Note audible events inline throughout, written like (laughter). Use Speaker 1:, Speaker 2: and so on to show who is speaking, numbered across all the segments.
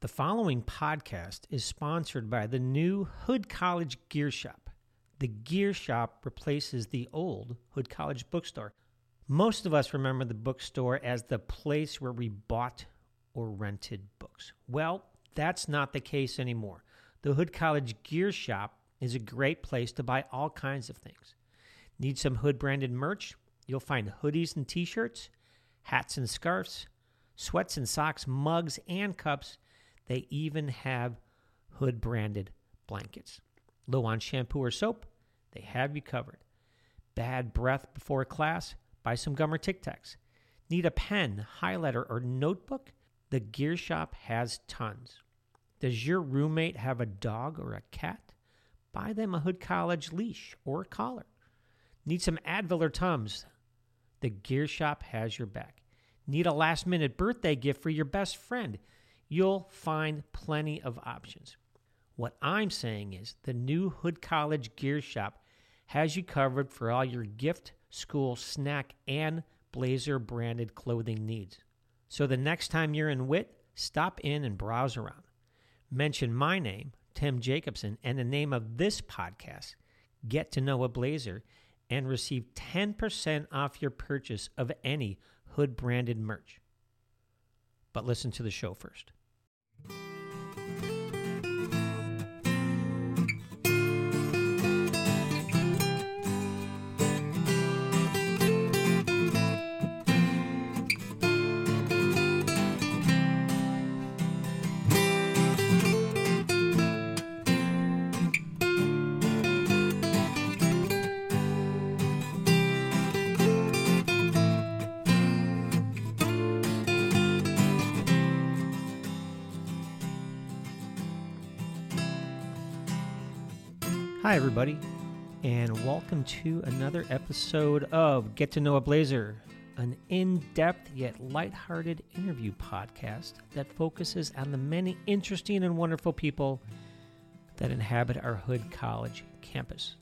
Speaker 1: The following podcast is sponsored by the new Hood College Gear Shop. The Gear Shop replaces the old Hood College bookstore. Most of us remember the bookstore as the place where we bought or rented books. Well, that's not the case anymore. The Hood College Gear Shop is a great place to buy all kinds of things. Need some Hood branded merch? You'll find hoodies and t shirts, hats and scarves, sweats and socks, mugs and cups. They even have Hood branded blankets. Low on shampoo or soap? They have you covered. Bad breath before class? Buy some gum or Tic Tacs. Need a pen, highlighter, or notebook? The gear shop has tons. Does your roommate have a dog or a cat? Buy them a Hood College leash or collar. Need some Advil or Tums? The Gear Shop has your back. Need a last minute birthday gift for your best friend? You'll find plenty of options. What I'm saying is the new Hood College Gear Shop has you covered for all your gift, school, snack, and blazer branded clothing needs. So the next time you're in WIT, stop in and browse around. Mention my name, Tim Jacobson, and the name of this podcast, Get to Know a Blazer, and receive 10% off your purchase of any Hood branded merch. But listen to the show first. Hi, everybody, and welcome to another episode of Get to Know a Blazer, an in depth yet lighthearted interview podcast that focuses on the many interesting and wonderful people that inhabit our Hood College campus.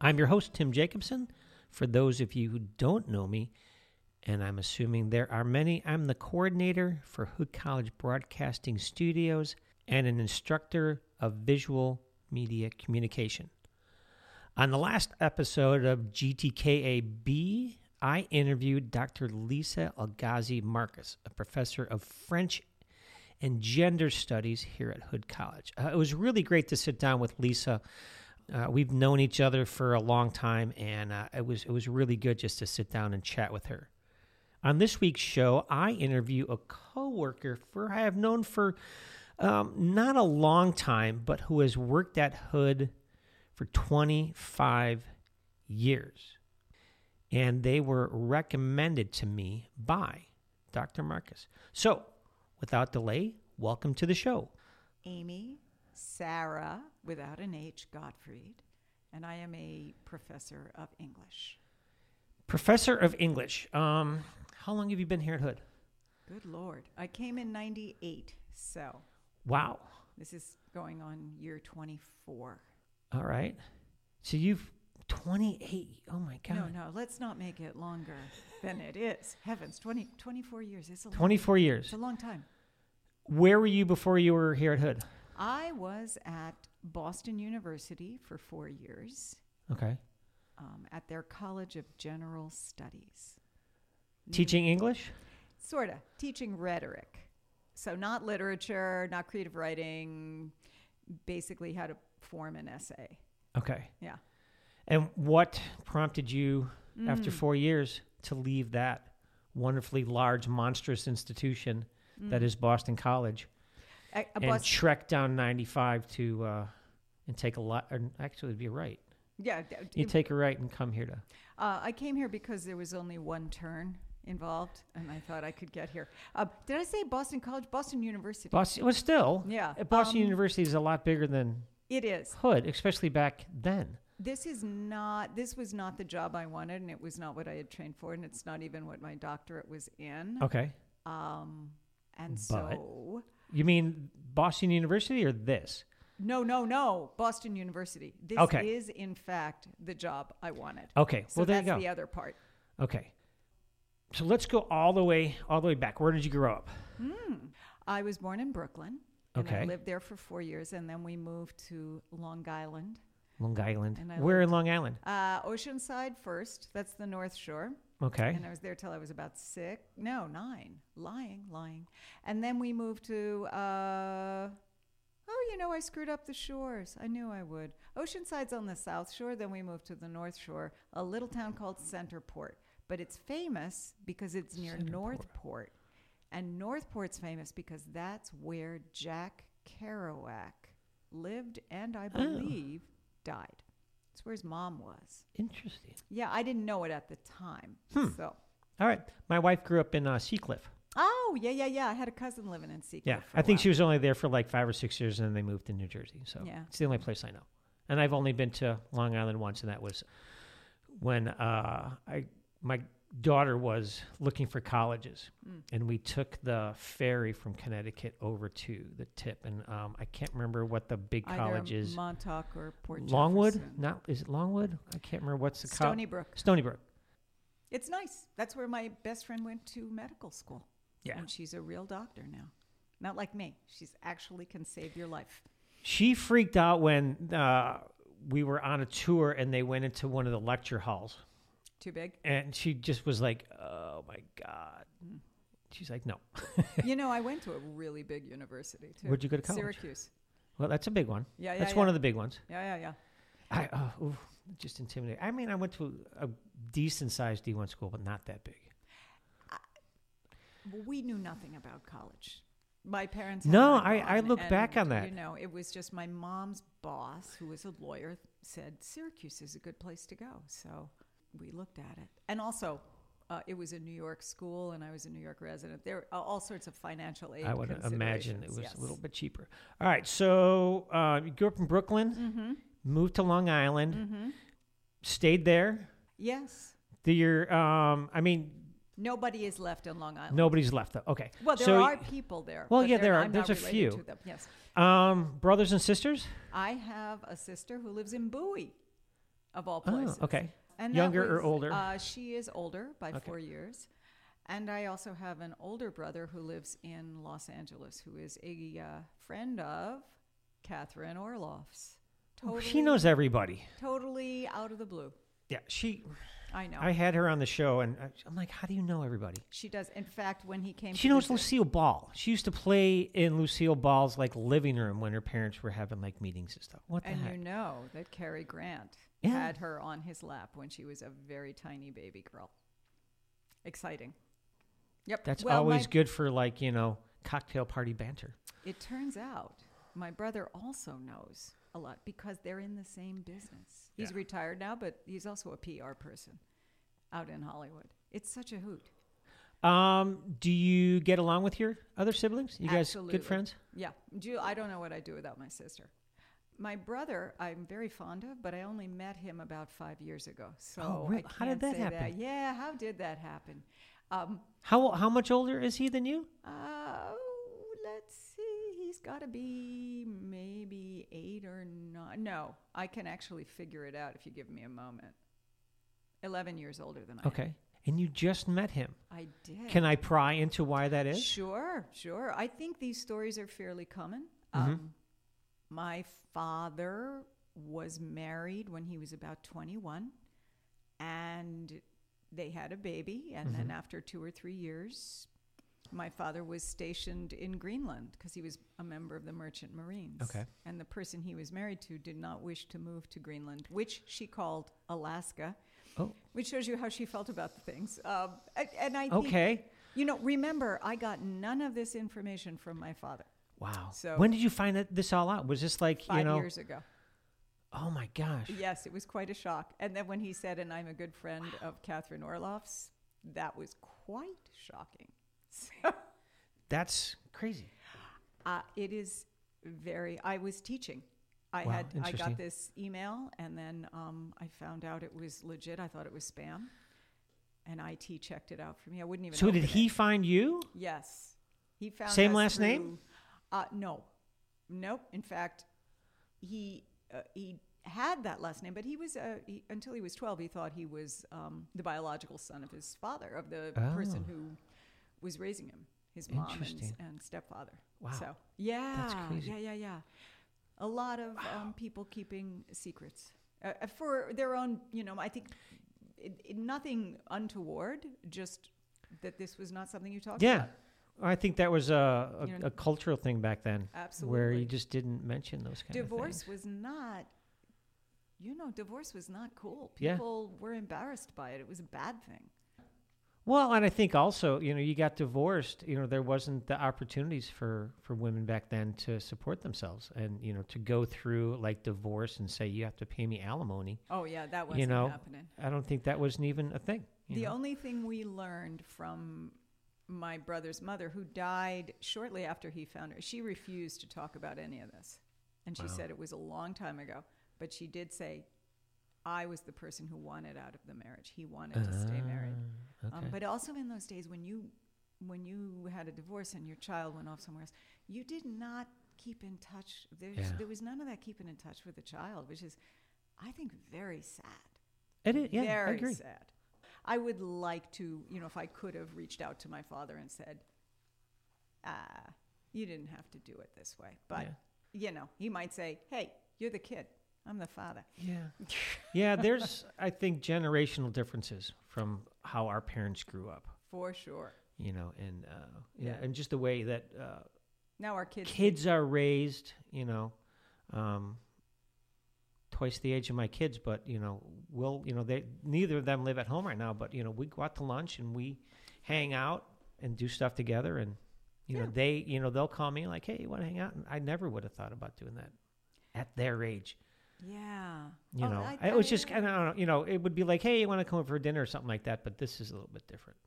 Speaker 1: I'm your host, Tim Jacobson. For those of you who don't know me, and I'm assuming there are many, I'm the coordinator for Hood College Broadcasting Studios and an instructor of visual media communication. On the last episode of GTKAB, I interviewed Dr. Lisa Algazi Marcus, a professor of French and gender studies here at Hood College. Uh, it was really great to sit down with Lisa. Uh, we've known each other for a long time, and uh, it was it was really good just to sit down and chat with her. On this week's show, I interview a coworker for I have known for um, not a long time, but who has worked at Hood for 25 years, and they were recommended to me by Dr. Marcus. So, without delay, welcome to the show.
Speaker 2: Amy Sarah, without an H, Gottfried, and I am a professor of English.
Speaker 1: Professor of English. Um, how long have you been here at Hood?
Speaker 2: Good Lord. I came in 98, so
Speaker 1: Wow.
Speaker 2: this is going on year 24.
Speaker 1: All right. So you've 28. Oh my God.
Speaker 2: No, no, let's not make it longer than it is. Heavens, 20, 24 years. It's a, long,
Speaker 1: 24
Speaker 2: it's
Speaker 1: years.
Speaker 2: a long time.
Speaker 1: Where were you before you were here at Hood?
Speaker 2: I was at Boston University for four years
Speaker 1: Okay.
Speaker 2: um, at their College of General Studies.
Speaker 1: Teaching English?
Speaker 2: sort of teaching rhetoric so not literature not creative writing basically how to form an essay
Speaker 1: Okay.
Speaker 2: yeah
Speaker 1: And what prompted you
Speaker 2: Mm.
Speaker 1: after four years to leave that wonderfully large, monstrous institution that is Boston College
Speaker 2: a, Mm. a
Speaker 1: and
Speaker 2: bus
Speaker 1: trek down 95 to, uh, and take a lot, and actually it'd be a right.
Speaker 2: yeah d- d-
Speaker 1: You take a right and come here to.
Speaker 2: uh, i came here because there was only one turn involved and i thought i could get here uh, did i say boston college boston university
Speaker 1: Boston was still.
Speaker 2: Yeah,
Speaker 1: uh, Boston
Speaker 2: um,
Speaker 1: University is a lot bigger than
Speaker 2: it is
Speaker 1: Hood, especially back then.
Speaker 2: this is not this was not the job i wanted and it was not what i had trained for and it's not even what my doctorate was in
Speaker 1: Okay.
Speaker 2: um, and
Speaker 1: Oh. But-
Speaker 2: so
Speaker 1: You mean Boston University or this?
Speaker 2: No, no, no. Boston University. This
Speaker 1: Okay.
Speaker 2: is, in fact, the job I wanted.
Speaker 1: Okay.
Speaker 2: So
Speaker 1: Well, there you
Speaker 2: that's
Speaker 1: go.
Speaker 2: the other part.
Speaker 1: Okay. So let's go all the way, all the way back. Where did you grow up?
Speaker 2: I was born in Brooklyn. And I
Speaker 1: Okay.
Speaker 2: lived there for four years, and then we moved to Long Island,
Speaker 1: Long Island.
Speaker 2: And I
Speaker 1: Where in Long Island?
Speaker 2: uh, Oceanside first. That's the North Shore,
Speaker 1: Okay.
Speaker 2: and I was there till I was about six. No, nine. Lying, lying, and then we moved to. Uh, oh, you know, I screwed up the shores. I knew I would. Oceanside's on the South Shore. Then we moved to the North Shore, a little town called Centerport, but it's famous because it's near Northport, and Northport's famous because that's where Jack Kerouac lived and I believe died. It's where his mom was.
Speaker 1: Interesting.
Speaker 2: Yeah, I didn't know it at the time. So,
Speaker 1: All right. My wife grew up in uh, Seacliff.
Speaker 2: oh yeah, yeah, yeah. I had a cousin living in Seacliff.
Speaker 1: Yeah.
Speaker 2: for
Speaker 1: I
Speaker 2: a
Speaker 1: think
Speaker 2: while.
Speaker 1: she was only there for like five or six years and then they moved to New Jersey. So
Speaker 2: Yeah.
Speaker 1: it's the only place I know. And I've only been to Long Island once, and that was when uh, I my daughter was looking for colleges,
Speaker 2: mm.
Speaker 1: and we took the ferry from Connecticut over to the tip, and um, I can't remember what the big
Speaker 2: Either
Speaker 1: college is.
Speaker 2: Montauk or Port
Speaker 1: Longwood?
Speaker 2: Jefferson.
Speaker 1: Not is it Longwood? I can't remember what's the college.
Speaker 2: Stony Brook.
Speaker 1: Stony Brook.
Speaker 2: It's nice. That's where my best friend went to medical school.
Speaker 1: Yeah.
Speaker 2: And she's a real doctor now. Not like me. She's actually can save your life.
Speaker 1: She freaked out when uh, we were on a tour and they went into one of the lecture halls. (laughs)
Speaker 2: Too big.
Speaker 1: And she just was like, oh my God. She's like, no.
Speaker 2: you know, I went to a really big university too.
Speaker 1: Where'd you go to college?
Speaker 2: Syracuse.
Speaker 1: Well, that's a big one.
Speaker 2: Yeah, yeah.
Speaker 1: that's
Speaker 2: yeah.
Speaker 1: one of the big ones.
Speaker 2: Yeah, yeah, yeah.
Speaker 1: I, oh, oof, just intimidating. I mean, I went to a decent sized D1 school, but not that big.
Speaker 2: Well, we knew nothing about college. My parents. had
Speaker 1: No,
Speaker 2: not
Speaker 1: I- I
Speaker 2: gone,
Speaker 1: look back
Speaker 2: and,
Speaker 1: on that.
Speaker 2: You know, it was just my mom's boss, who was a lawyer, said Syracuse is a good place to go. So we looked at it, and also. Uh, it was a New York school, and I was a New York resident. There are all sorts of financial aid.
Speaker 1: I would imagine it
Speaker 2: considerations,
Speaker 1: was
Speaker 2: yes.
Speaker 1: a little bit cheaper. All right. So uh, you grew up in Brooklyn,
Speaker 2: Mm-hmm,
Speaker 1: moved to Long Island,
Speaker 2: Mm.
Speaker 1: stayed there.
Speaker 2: Yes,
Speaker 1: The, your, um, I mean,
Speaker 2: nobody is left in Long Island.
Speaker 1: nobody's left though. Okay.
Speaker 2: Oh. Well, there
Speaker 1: so,
Speaker 2: are people there.
Speaker 1: Well,
Speaker 2: but
Speaker 1: yeah,
Speaker 2: they're-
Speaker 1: there are.
Speaker 2: I'm not
Speaker 1: There's a
Speaker 2: related
Speaker 1: few.
Speaker 2: to them. Yes,
Speaker 1: Um, brothers and sisters.
Speaker 2: I have a sister who lives in Bowie, of all
Speaker 1: Oh,
Speaker 2: places.
Speaker 1: okay.
Speaker 2: And that
Speaker 1: Younger or
Speaker 2: was-
Speaker 1: older?
Speaker 2: Uh, she is older by four years. And I also have an older brother who lives in Los Angeles, who is a uh, friend of Catherine Orloff's. Totally,
Speaker 1: Oh, She knows everybody.
Speaker 2: Totally out of the blue.
Speaker 1: Yeah, she.
Speaker 2: I know.
Speaker 1: I had her on the show, and I- I'm like, "How do you know everybody?"
Speaker 2: she does. In fact, when he came,
Speaker 1: She
Speaker 2: to
Speaker 1: knows
Speaker 2: visit-
Speaker 1: Lucille Ball. She used to play in Lucille Ball's like living room when her parents were having like meetings and stuff. What the
Speaker 2: And
Speaker 1: heck?
Speaker 2: you know that Cary Grant
Speaker 1: Yeah.
Speaker 2: had her on his lap when she was a very tiny baby girl. Exciting. Yep.
Speaker 1: That's
Speaker 2: Well, my-
Speaker 1: always good for like you know cocktail party banter.
Speaker 2: It turns out my brother also knows a lot because they're in the same business. He's
Speaker 1: Yeah.
Speaker 2: retired now, but he's also a PR person out in Hollywood. It's such a hoot.
Speaker 1: Um, do you get along with your other siblings? You guys
Speaker 2: Absolutely.
Speaker 1: good friends?
Speaker 2: Yeah. Do you- I don't know what I'd do without my sister. My brother, I'm very fond of, but I only met him about five years ago. So I
Speaker 1: really? Oh, How did
Speaker 2: can't
Speaker 1: that
Speaker 2: say
Speaker 1: happen?
Speaker 2: Yeah, how did that happen? Um,
Speaker 1: How how much older is he than you?
Speaker 2: Uh, let's see. He's got to be maybe eight or nine. No, I can actually figure it out if you give me a moment. Eleven years older than I. am.
Speaker 1: Okay, and you just met him.
Speaker 2: I did.
Speaker 1: Can I pry into why that is?
Speaker 2: Sure, sure. I think these stories are fairly common.
Speaker 1: Mm-hmm.
Speaker 2: Um, my father was married when he was about 21, and they had a baby. And then
Speaker 1: Mm-hmm.
Speaker 2: after two or three years, my father was stationed in Greenland because he was a member of the Merchant Marines.
Speaker 1: Okay.
Speaker 2: And the person he was married to did not wish to move to Greenland, which she called Alaska,
Speaker 1: Oh,
Speaker 2: which shows you how she felt about the things. Um, a- and I think
Speaker 1: okay.
Speaker 2: you know, remember, I got none of this information from my father
Speaker 1: Wow.
Speaker 2: So-
Speaker 1: when did you find that, this all out? Was this like
Speaker 2: five
Speaker 1: you know?
Speaker 2: years ago.
Speaker 1: Oh my gosh.
Speaker 2: Yes, it was quite a shock. And then when he said, and I'm a good friend of Catherine Orloff's, that was quite shocking. (laughs) So
Speaker 1: That's crazy.
Speaker 2: uh, it is very, I was teaching. I
Speaker 1: Wow,
Speaker 2: had, I
Speaker 1: interesting.
Speaker 2: got this email and then um, I found out it was legit. I thought it was spam. And IT checked it out for me. I wouldn't even
Speaker 1: So did
Speaker 2: open it.
Speaker 1: he find you?
Speaker 2: Yes. He found
Speaker 1: Same
Speaker 2: us
Speaker 1: last name?
Speaker 2: through- Uh, no. Nope. In fact, he uh, he had that last name, but he was uh, he, until he was 12, he thought he
Speaker 1: Oh.
Speaker 2: was um, the biological son of his father, of the person who was raising him. his mom and, s-
Speaker 1: Interesting.
Speaker 2: and stepfather.
Speaker 1: Wow.
Speaker 2: So yeah,
Speaker 1: crazy.
Speaker 2: yeah, yeah, yeah. A lot of um, people keeping secrets uh, uh, for their own. You know, I think it, it- nothing untoward. Just that this was not something you talked
Speaker 1: yeah.
Speaker 2: about.
Speaker 1: I think that was a, a,
Speaker 2: You know-
Speaker 1: a cultural thing back then where
Speaker 2: Absolutely.
Speaker 1: you just didn't mention those kind of things.
Speaker 2: divorce was not. You know, divorce was not cool.
Speaker 1: Yeah.
Speaker 2: People were embarrassed by it. It was a bad thing.
Speaker 1: Well, and I think also, you know, you got divorced, you know, there wasn't the opportunities for for women back then to support themselves and, you know, to go through like divorce and say you have to pay me alimony.
Speaker 2: Oh yeah, that wasn't
Speaker 1: know,
Speaker 2: happening.
Speaker 1: I don't think that wasn't even a thing. you
Speaker 2: The
Speaker 1: know?
Speaker 2: only thing we learned from my brother's mother, who died shortly after he found her, she refused to talk about any of this. And she
Speaker 1: Wow.
Speaker 2: said it was a long time ago, but she did say, I was the person who wanted out of the marriage. He wanted to stay married.
Speaker 1: Ah, okay.
Speaker 2: Um, but also in those days when you when you had a divorce and your child went off somewhere else, you did not keep in touch. There's,
Speaker 1: Yeah.
Speaker 2: There was none of that keeping in touch with the child, which is, I think, very sad
Speaker 1: it is, yeah,
Speaker 2: very
Speaker 1: I agree.
Speaker 2: sad. I would like to, you know, if I could have reached out to my father and said, ah, you didn't have to do it this way. But, you know, he might say, hey, you're the kid. I'm the father.
Speaker 1: Yeah.
Speaker 2: (laughs)
Speaker 1: yeah, there's I think generational differences from how our parents grew up,
Speaker 2: For sure.
Speaker 1: you know, and uh, yeah,
Speaker 2: Yeah.
Speaker 1: and just the way that uh,
Speaker 2: Now our kids.
Speaker 1: kids are raised, you know, um, twice the age of my kids, but you know, we'll, you know, they neither of them live at home right now, but you know, we go out to lunch and we hang out and do stuff together, and you know,
Speaker 2: Yeah.
Speaker 1: they, you know, they'll call me like, hey, you want to hang out? And I never would have thought about doing that at their age.
Speaker 2: Yeah.
Speaker 1: You
Speaker 2: Oh,
Speaker 1: know,
Speaker 2: I-
Speaker 1: I, it was
Speaker 2: I-
Speaker 1: just, I don't know, you know, it would be like, hey, you want to come over for dinner or something like that, but this is a little bit different.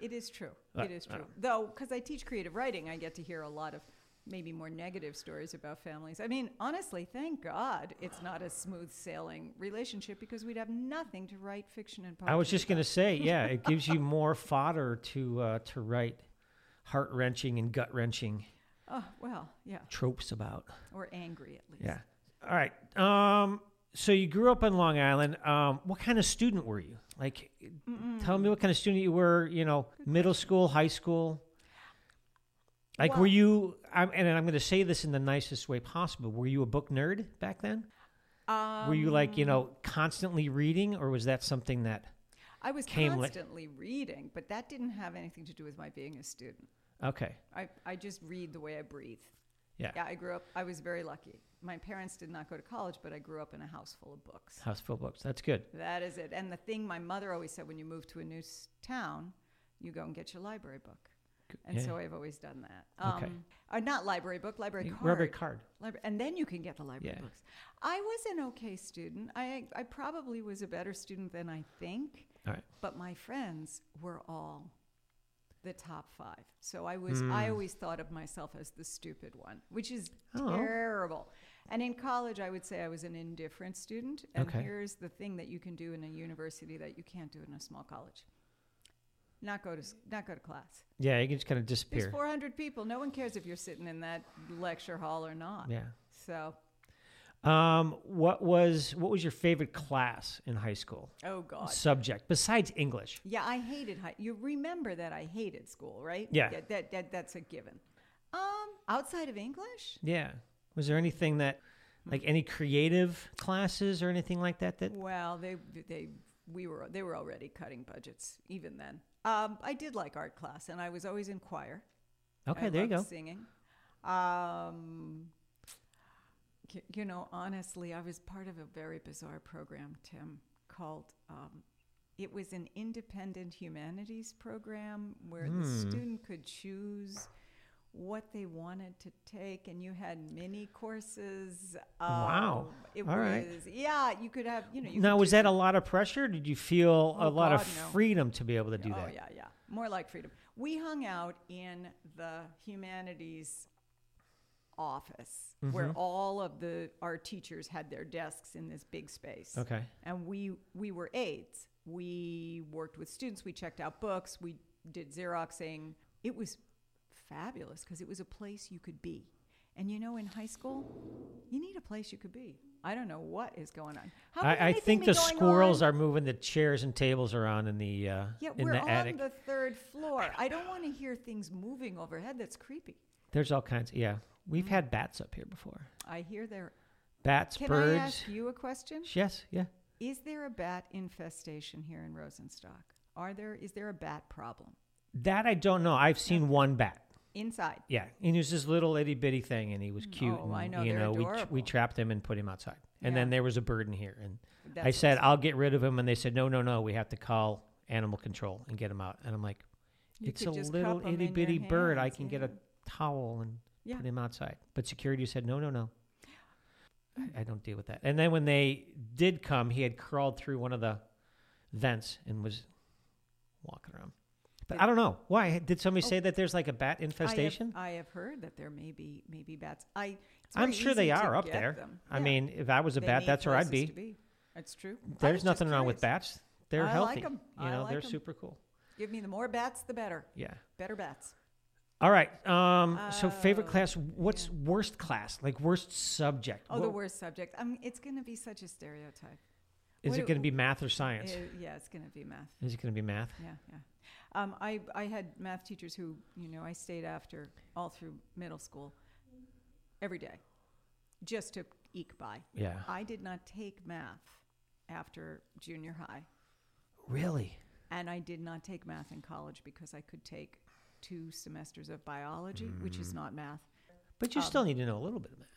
Speaker 2: It is true.
Speaker 1: Uh,
Speaker 2: it is
Speaker 1: I
Speaker 2: true. Though, because I teach creative writing, I get to hear a lot of maybe more negative stories about families. I mean, honestly, thank God it's not a smooth sailing relationship because we'd have nothing to write fiction and poetry.
Speaker 1: I was just
Speaker 2: about.
Speaker 1: going to say, yeah, it gives
Speaker 2: (laughs)
Speaker 1: you more fodder to uh, to write heart wrenching and gut wrenching
Speaker 2: Oh, well, yeah.
Speaker 1: tropes about.
Speaker 2: Or angry at least.
Speaker 1: Yeah. All right. Um, so you grew up on Long Island. Um, what kind of student were you? Like, tell me what kind of student you were. You know, middle school, high school. Like, were
Speaker 2: Well-
Speaker 1: you? I'm, and I'm going to say this in the nicest way possible. Were you a book nerd back then?
Speaker 2: Um,
Speaker 1: were you like, you know, constantly reading, or was that something that?
Speaker 2: I was
Speaker 1: came like-
Speaker 2: constantly reading, but that didn't have anything to do with my being a student.
Speaker 1: Okay.
Speaker 2: I, I just read the way I breathe.
Speaker 1: Yeah.
Speaker 2: Yeah, I grew up, I was very lucky. My parents did not go to college, but I grew up in a house full of books.
Speaker 1: House full of books. That's good.
Speaker 2: That is it. And the thing my mother always said when you move to a new s- town, you go and get your library book. And
Speaker 1: Yeah.
Speaker 2: so I've always done that.
Speaker 1: Okay.
Speaker 2: or not library book, library card.
Speaker 1: Rubber card.
Speaker 2: Libra- and then you can get the library
Speaker 1: Yeah.
Speaker 2: books. I was an okay student. I, I probably was a better student than I think,
Speaker 1: All right.
Speaker 2: but my friends were all the top five. So I was I always thought of myself as the stupid one, which is
Speaker 1: Hmm. Oh.
Speaker 2: terrible. And in college, I would say I was an indifferent student. And
Speaker 1: Okay.
Speaker 2: here's the thing that you can do in a university that you can't do in a small college: not go to s- not go to class.
Speaker 1: Yeah, you can just kind of
Speaker 2: There's
Speaker 1: disappear.
Speaker 2: 400 people. No one cares if you're sitting in that lecture hall or not.
Speaker 1: Yeah.
Speaker 2: So
Speaker 1: Um, what was what was your favorite class in high school?
Speaker 2: Oh God.
Speaker 1: Subject besides English.
Speaker 2: Yeah, I hated high. You remember that I hated school, right?
Speaker 1: Yeah.
Speaker 2: that, that that's a given. Um, outside of English,
Speaker 1: Yeah. Was there anything that, like any creative classes or anything like that? That
Speaker 2: well, they they we were they were already cutting budgets even then. Um, I did like art class, and I was always in choir.
Speaker 1: okay,
Speaker 2: I
Speaker 1: there you go.
Speaker 2: loved Singing. Um, y- you know, honestly, I was part of a very bizarre program, Tim, called. Um, it was an independent humanities program where the
Speaker 1: Hmm.
Speaker 2: student could choose what they wanted to take, and you had mini courses.
Speaker 1: Wow.
Speaker 2: Um, It
Speaker 1: All
Speaker 2: was,
Speaker 1: right.
Speaker 2: Yeah, you could have. You know. You
Speaker 1: Now,
Speaker 2: could
Speaker 1: was
Speaker 2: do-
Speaker 1: that a lot of pressure? Did you feel a
Speaker 2: Oh,
Speaker 1: lot of
Speaker 2: God, no.
Speaker 1: freedom to be able to do
Speaker 2: oh,
Speaker 1: that?
Speaker 2: yeah, yeah. More like freedom. We hung out in the humanities office where
Speaker 1: Mm-hmm.
Speaker 2: all of the our teachers had their desks in this big space.
Speaker 1: Okay.
Speaker 2: And we we were aides. We worked with students, we checked out books, we did Xeroxing. It was fabulous because it was a place you could be. And you know, in high school, you need a place you could be. I don't know what is going on. How can
Speaker 1: I, I
Speaker 2: anything
Speaker 1: think
Speaker 2: be
Speaker 1: the
Speaker 2: going "Oh,
Speaker 1: squirrels
Speaker 2: on?
Speaker 1: are moving the chairs and tables around in the uh,
Speaker 2: Yeah,
Speaker 1: in
Speaker 2: we're
Speaker 1: the
Speaker 2: on
Speaker 1: attic.
Speaker 2: the third floor. I don't want to hear things moving overhead. That's creepy.
Speaker 1: There's all kinds. Yeah, we've had bats up here before.
Speaker 2: I hear there.
Speaker 1: Bats,
Speaker 2: Mm-hmm. Can
Speaker 1: birds.
Speaker 2: I ask you a question?
Speaker 1: Yes. Yeah.
Speaker 2: Is there a bat infestation here in Rosenstock? Are there? Is there a bat problem
Speaker 1: That I don't know. I've seen one bat.
Speaker 2: inside?
Speaker 1: Yeah, and he was this little itty bitty thing, and he was cute.
Speaker 2: Oh,
Speaker 1: and,
Speaker 2: I know,
Speaker 1: You
Speaker 2: they're
Speaker 1: know, we we
Speaker 2: adorable.
Speaker 1: trapped him and put him outside, and
Speaker 2: Yeah.
Speaker 1: then there was a bird in here, and I
Speaker 2: That's-
Speaker 1: said uh, I'll get rid of him, and they said no, no, no, we have to call animal control and get him out, and I'm like,
Speaker 2: You
Speaker 1: it's
Speaker 2: could
Speaker 1: a
Speaker 2: just
Speaker 1: little
Speaker 2: cup 'em in
Speaker 1: itty
Speaker 2: your
Speaker 1: bitty bird. I
Speaker 2: hands,
Speaker 1: can get a towel and
Speaker 2: Yeah.
Speaker 1: put him outside, but security said no, no, no. I, I don't deal with that. And then when they did come, he had crawled through one of the vents and was walking around. But
Speaker 2: Did-
Speaker 1: I don't know why. Did somebody
Speaker 2: Oh.
Speaker 1: say that there's like a bat
Speaker 2: I have-
Speaker 1: infestation?
Speaker 2: I have, heard that there may be maybe bats. I it's
Speaker 1: I'm
Speaker 2: very
Speaker 1: sure they
Speaker 2: easy to
Speaker 1: are up
Speaker 2: get
Speaker 1: there.
Speaker 2: them.
Speaker 1: I
Speaker 2: Yeah.
Speaker 1: mean, if I was a
Speaker 2: They
Speaker 1: bat,
Speaker 2: need
Speaker 1: that's where I'd
Speaker 2: places
Speaker 1: be.
Speaker 2: to That's true. I was
Speaker 1: There's
Speaker 2: just
Speaker 1: nothing wrong with
Speaker 2: curious.
Speaker 1: bats. They're
Speaker 2: I like
Speaker 1: healthy.
Speaker 2: 'em.
Speaker 1: You
Speaker 2: I
Speaker 1: know, they're
Speaker 2: like 'em.
Speaker 1: super cool.
Speaker 2: Give me the more bats, the better.
Speaker 1: Yeah.
Speaker 2: Better bats.
Speaker 1: All right. Um, so favorite
Speaker 2: Oh,
Speaker 1: class. What's worst class? Like worst subject?
Speaker 2: Oh, the
Speaker 1: What-
Speaker 2: worst subject. Um, it's going to be such a stereotype.
Speaker 1: Is
Speaker 2: what
Speaker 1: it
Speaker 2: do-
Speaker 1: going to be math or science?
Speaker 2: Uh, yeah, it's going to be math.
Speaker 1: Is it going to be math?
Speaker 2: Yeah, yeah. Um, I I had math teachers who you know I stayed after all through middle school, every day, just to eke by.
Speaker 1: Yeah.
Speaker 2: I did not take math after junior high.
Speaker 1: Really?
Speaker 2: And I did not take math in college because I could take two semesters of biology, which
Speaker 1: Mm.
Speaker 2: is not math.
Speaker 1: But you
Speaker 2: Um,
Speaker 1: still need to know a little bit of math.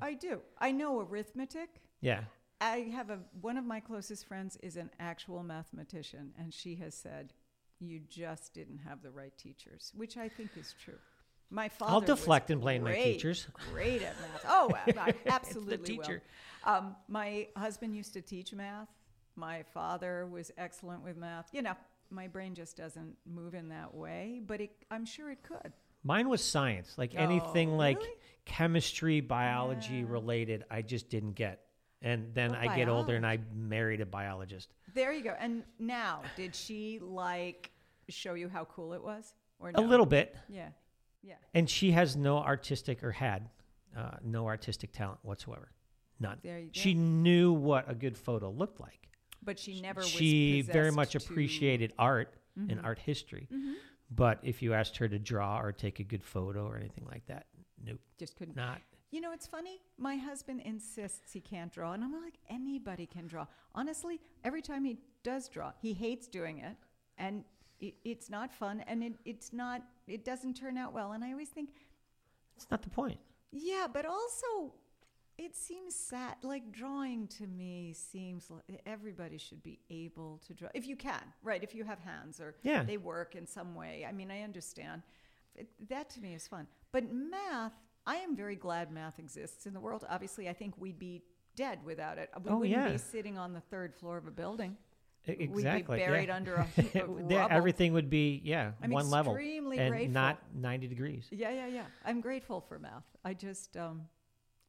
Speaker 2: I, I do. I know arithmetic.
Speaker 1: Yeah.
Speaker 2: I have a one of my closest friends is an actual mathematician, and she has said, "You just didn't have the right teachers," which I think is true. My father.
Speaker 1: I'll
Speaker 2: was
Speaker 1: deflect and blame my
Speaker 2: great,
Speaker 1: teachers.
Speaker 2: Great at math. Oh,
Speaker 1: (laughs)
Speaker 2: I- I absolutely.
Speaker 1: teacher.
Speaker 2: Will. Um, my husband used to teach math. My father was excellent with math. You know, my brain just doesn't move in that way, but it, I'm sure it could.
Speaker 1: Mine was science. Like
Speaker 2: Oh,
Speaker 1: anything like
Speaker 2: really?
Speaker 1: chemistry, biology related, I just didn't get. And then
Speaker 2: Oh,
Speaker 1: I get older and I married a biologist.
Speaker 2: There you go. And now, did she like show you how cool it was, or no?
Speaker 1: A little bit.
Speaker 2: Yeah, yeah.
Speaker 1: And she has no artistic or had uh, no artistic talent whatsoever. None.
Speaker 2: There you go.
Speaker 1: She knew what a good photo looked like.
Speaker 2: But she never.
Speaker 1: she
Speaker 2: was
Speaker 1: very
Speaker 2: possessed
Speaker 1: much
Speaker 2: to- Mm-hmm.
Speaker 1: appreciated art and art history. But if you asked her to draw or take a good photo or anything like that, nope,
Speaker 2: Just couldn't.
Speaker 1: not.
Speaker 2: You know, it's funny. My husband insists he can't draw, and I'm like, anybody can draw. Honestly, every time he does draw, he hates doing it, and it, it's not fun, and it, it's not. It doesn't turn out well, and I always think,
Speaker 1: It's not the point.
Speaker 2: yeah, but also, it seems sad. Like drawing to me seems like everybody should be able to draw if you can, right? If you have hands or
Speaker 1: Yeah.
Speaker 2: they work in some way. I mean, I understand. It- that to me is fun. But math, I am very glad math exists in the world. Obviously, I think we'd be dead without it. We
Speaker 1: Oh,
Speaker 2: wouldn't
Speaker 1: yeah.
Speaker 2: be sitting on the third floor of a building.
Speaker 1: E- Exactly.
Speaker 2: We'd be buried
Speaker 1: yeah.
Speaker 2: under a
Speaker 1: (laughs)
Speaker 2: heap of
Speaker 1: Yeah,
Speaker 2: rubble.
Speaker 1: everything would be yeah
Speaker 2: I'm
Speaker 1: one level
Speaker 2: extremely
Speaker 1: and
Speaker 2: grateful.
Speaker 1: not 90 degrees.
Speaker 2: Yeah, yeah, yeah. I'm grateful for math. I just, um,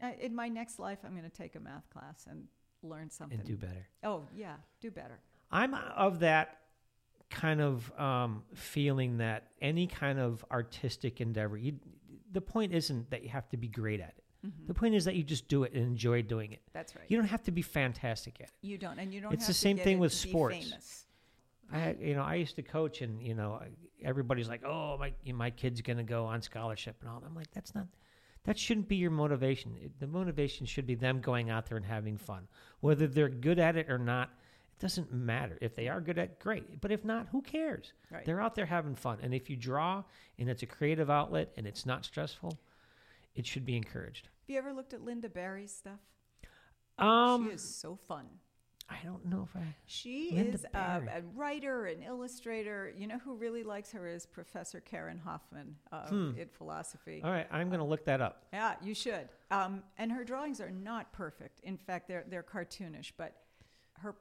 Speaker 2: I, in my next life, I'm going to take a math class and learn something.
Speaker 1: and do better.
Speaker 2: oh, yeah, do better.
Speaker 1: I'm of that kind of um, feeling that any kind of artistic endeavor, you, the point isn't that you have to be great at it. The point is that you just do it and enjoy doing it.
Speaker 2: Mm-hmm. That's right.
Speaker 1: You don't have to be fantastic at it.
Speaker 2: You don't, and you don't.
Speaker 1: It's the
Speaker 2: have to
Speaker 1: same
Speaker 2: get
Speaker 1: thing
Speaker 2: it
Speaker 1: with
Speaker 2: to be
Speaker 1: sports.
Speaker 2: famous.
Speaker 1: I, you know, I used to coach, and you know, I- everybody's like, "Oh, my, my kid's going to go on scholarship," and all. I'm like, "That's not, that shouldn't be your motivation. It, the motivation should be them going out there and having fun, whether they're good at it or not. It doesn't matter. If they are good at, it, great. But if not, who cares?
Speaker 2: Right.
Speaker 1: They're out there having fun, and if you draw and it's a creative outlet and it's not stressful, it should be encouraged.
Speaker 2: Have you ever looked at Linda Barry's stuff?
Speaker 1: Um,
Speaker 2: she is so fun.
Speaker 1: I don't know if I.
Speaker 2: She
Speaker 1: Linda
Speaker 2: is a,
Speaker 1: Barry.
Speaker 2: a writer, an illustrator. You know who really likes her is Professor Karen Hoffman of
Speaker 1: Hmm.
Speaker 2: Id Philosophy.
Speaker 1: All right, I'm going to look that up.
Speaker 2: Yeah, you should. Um, and her drawings are not perfect. In fact, they're they're cartoonish, but her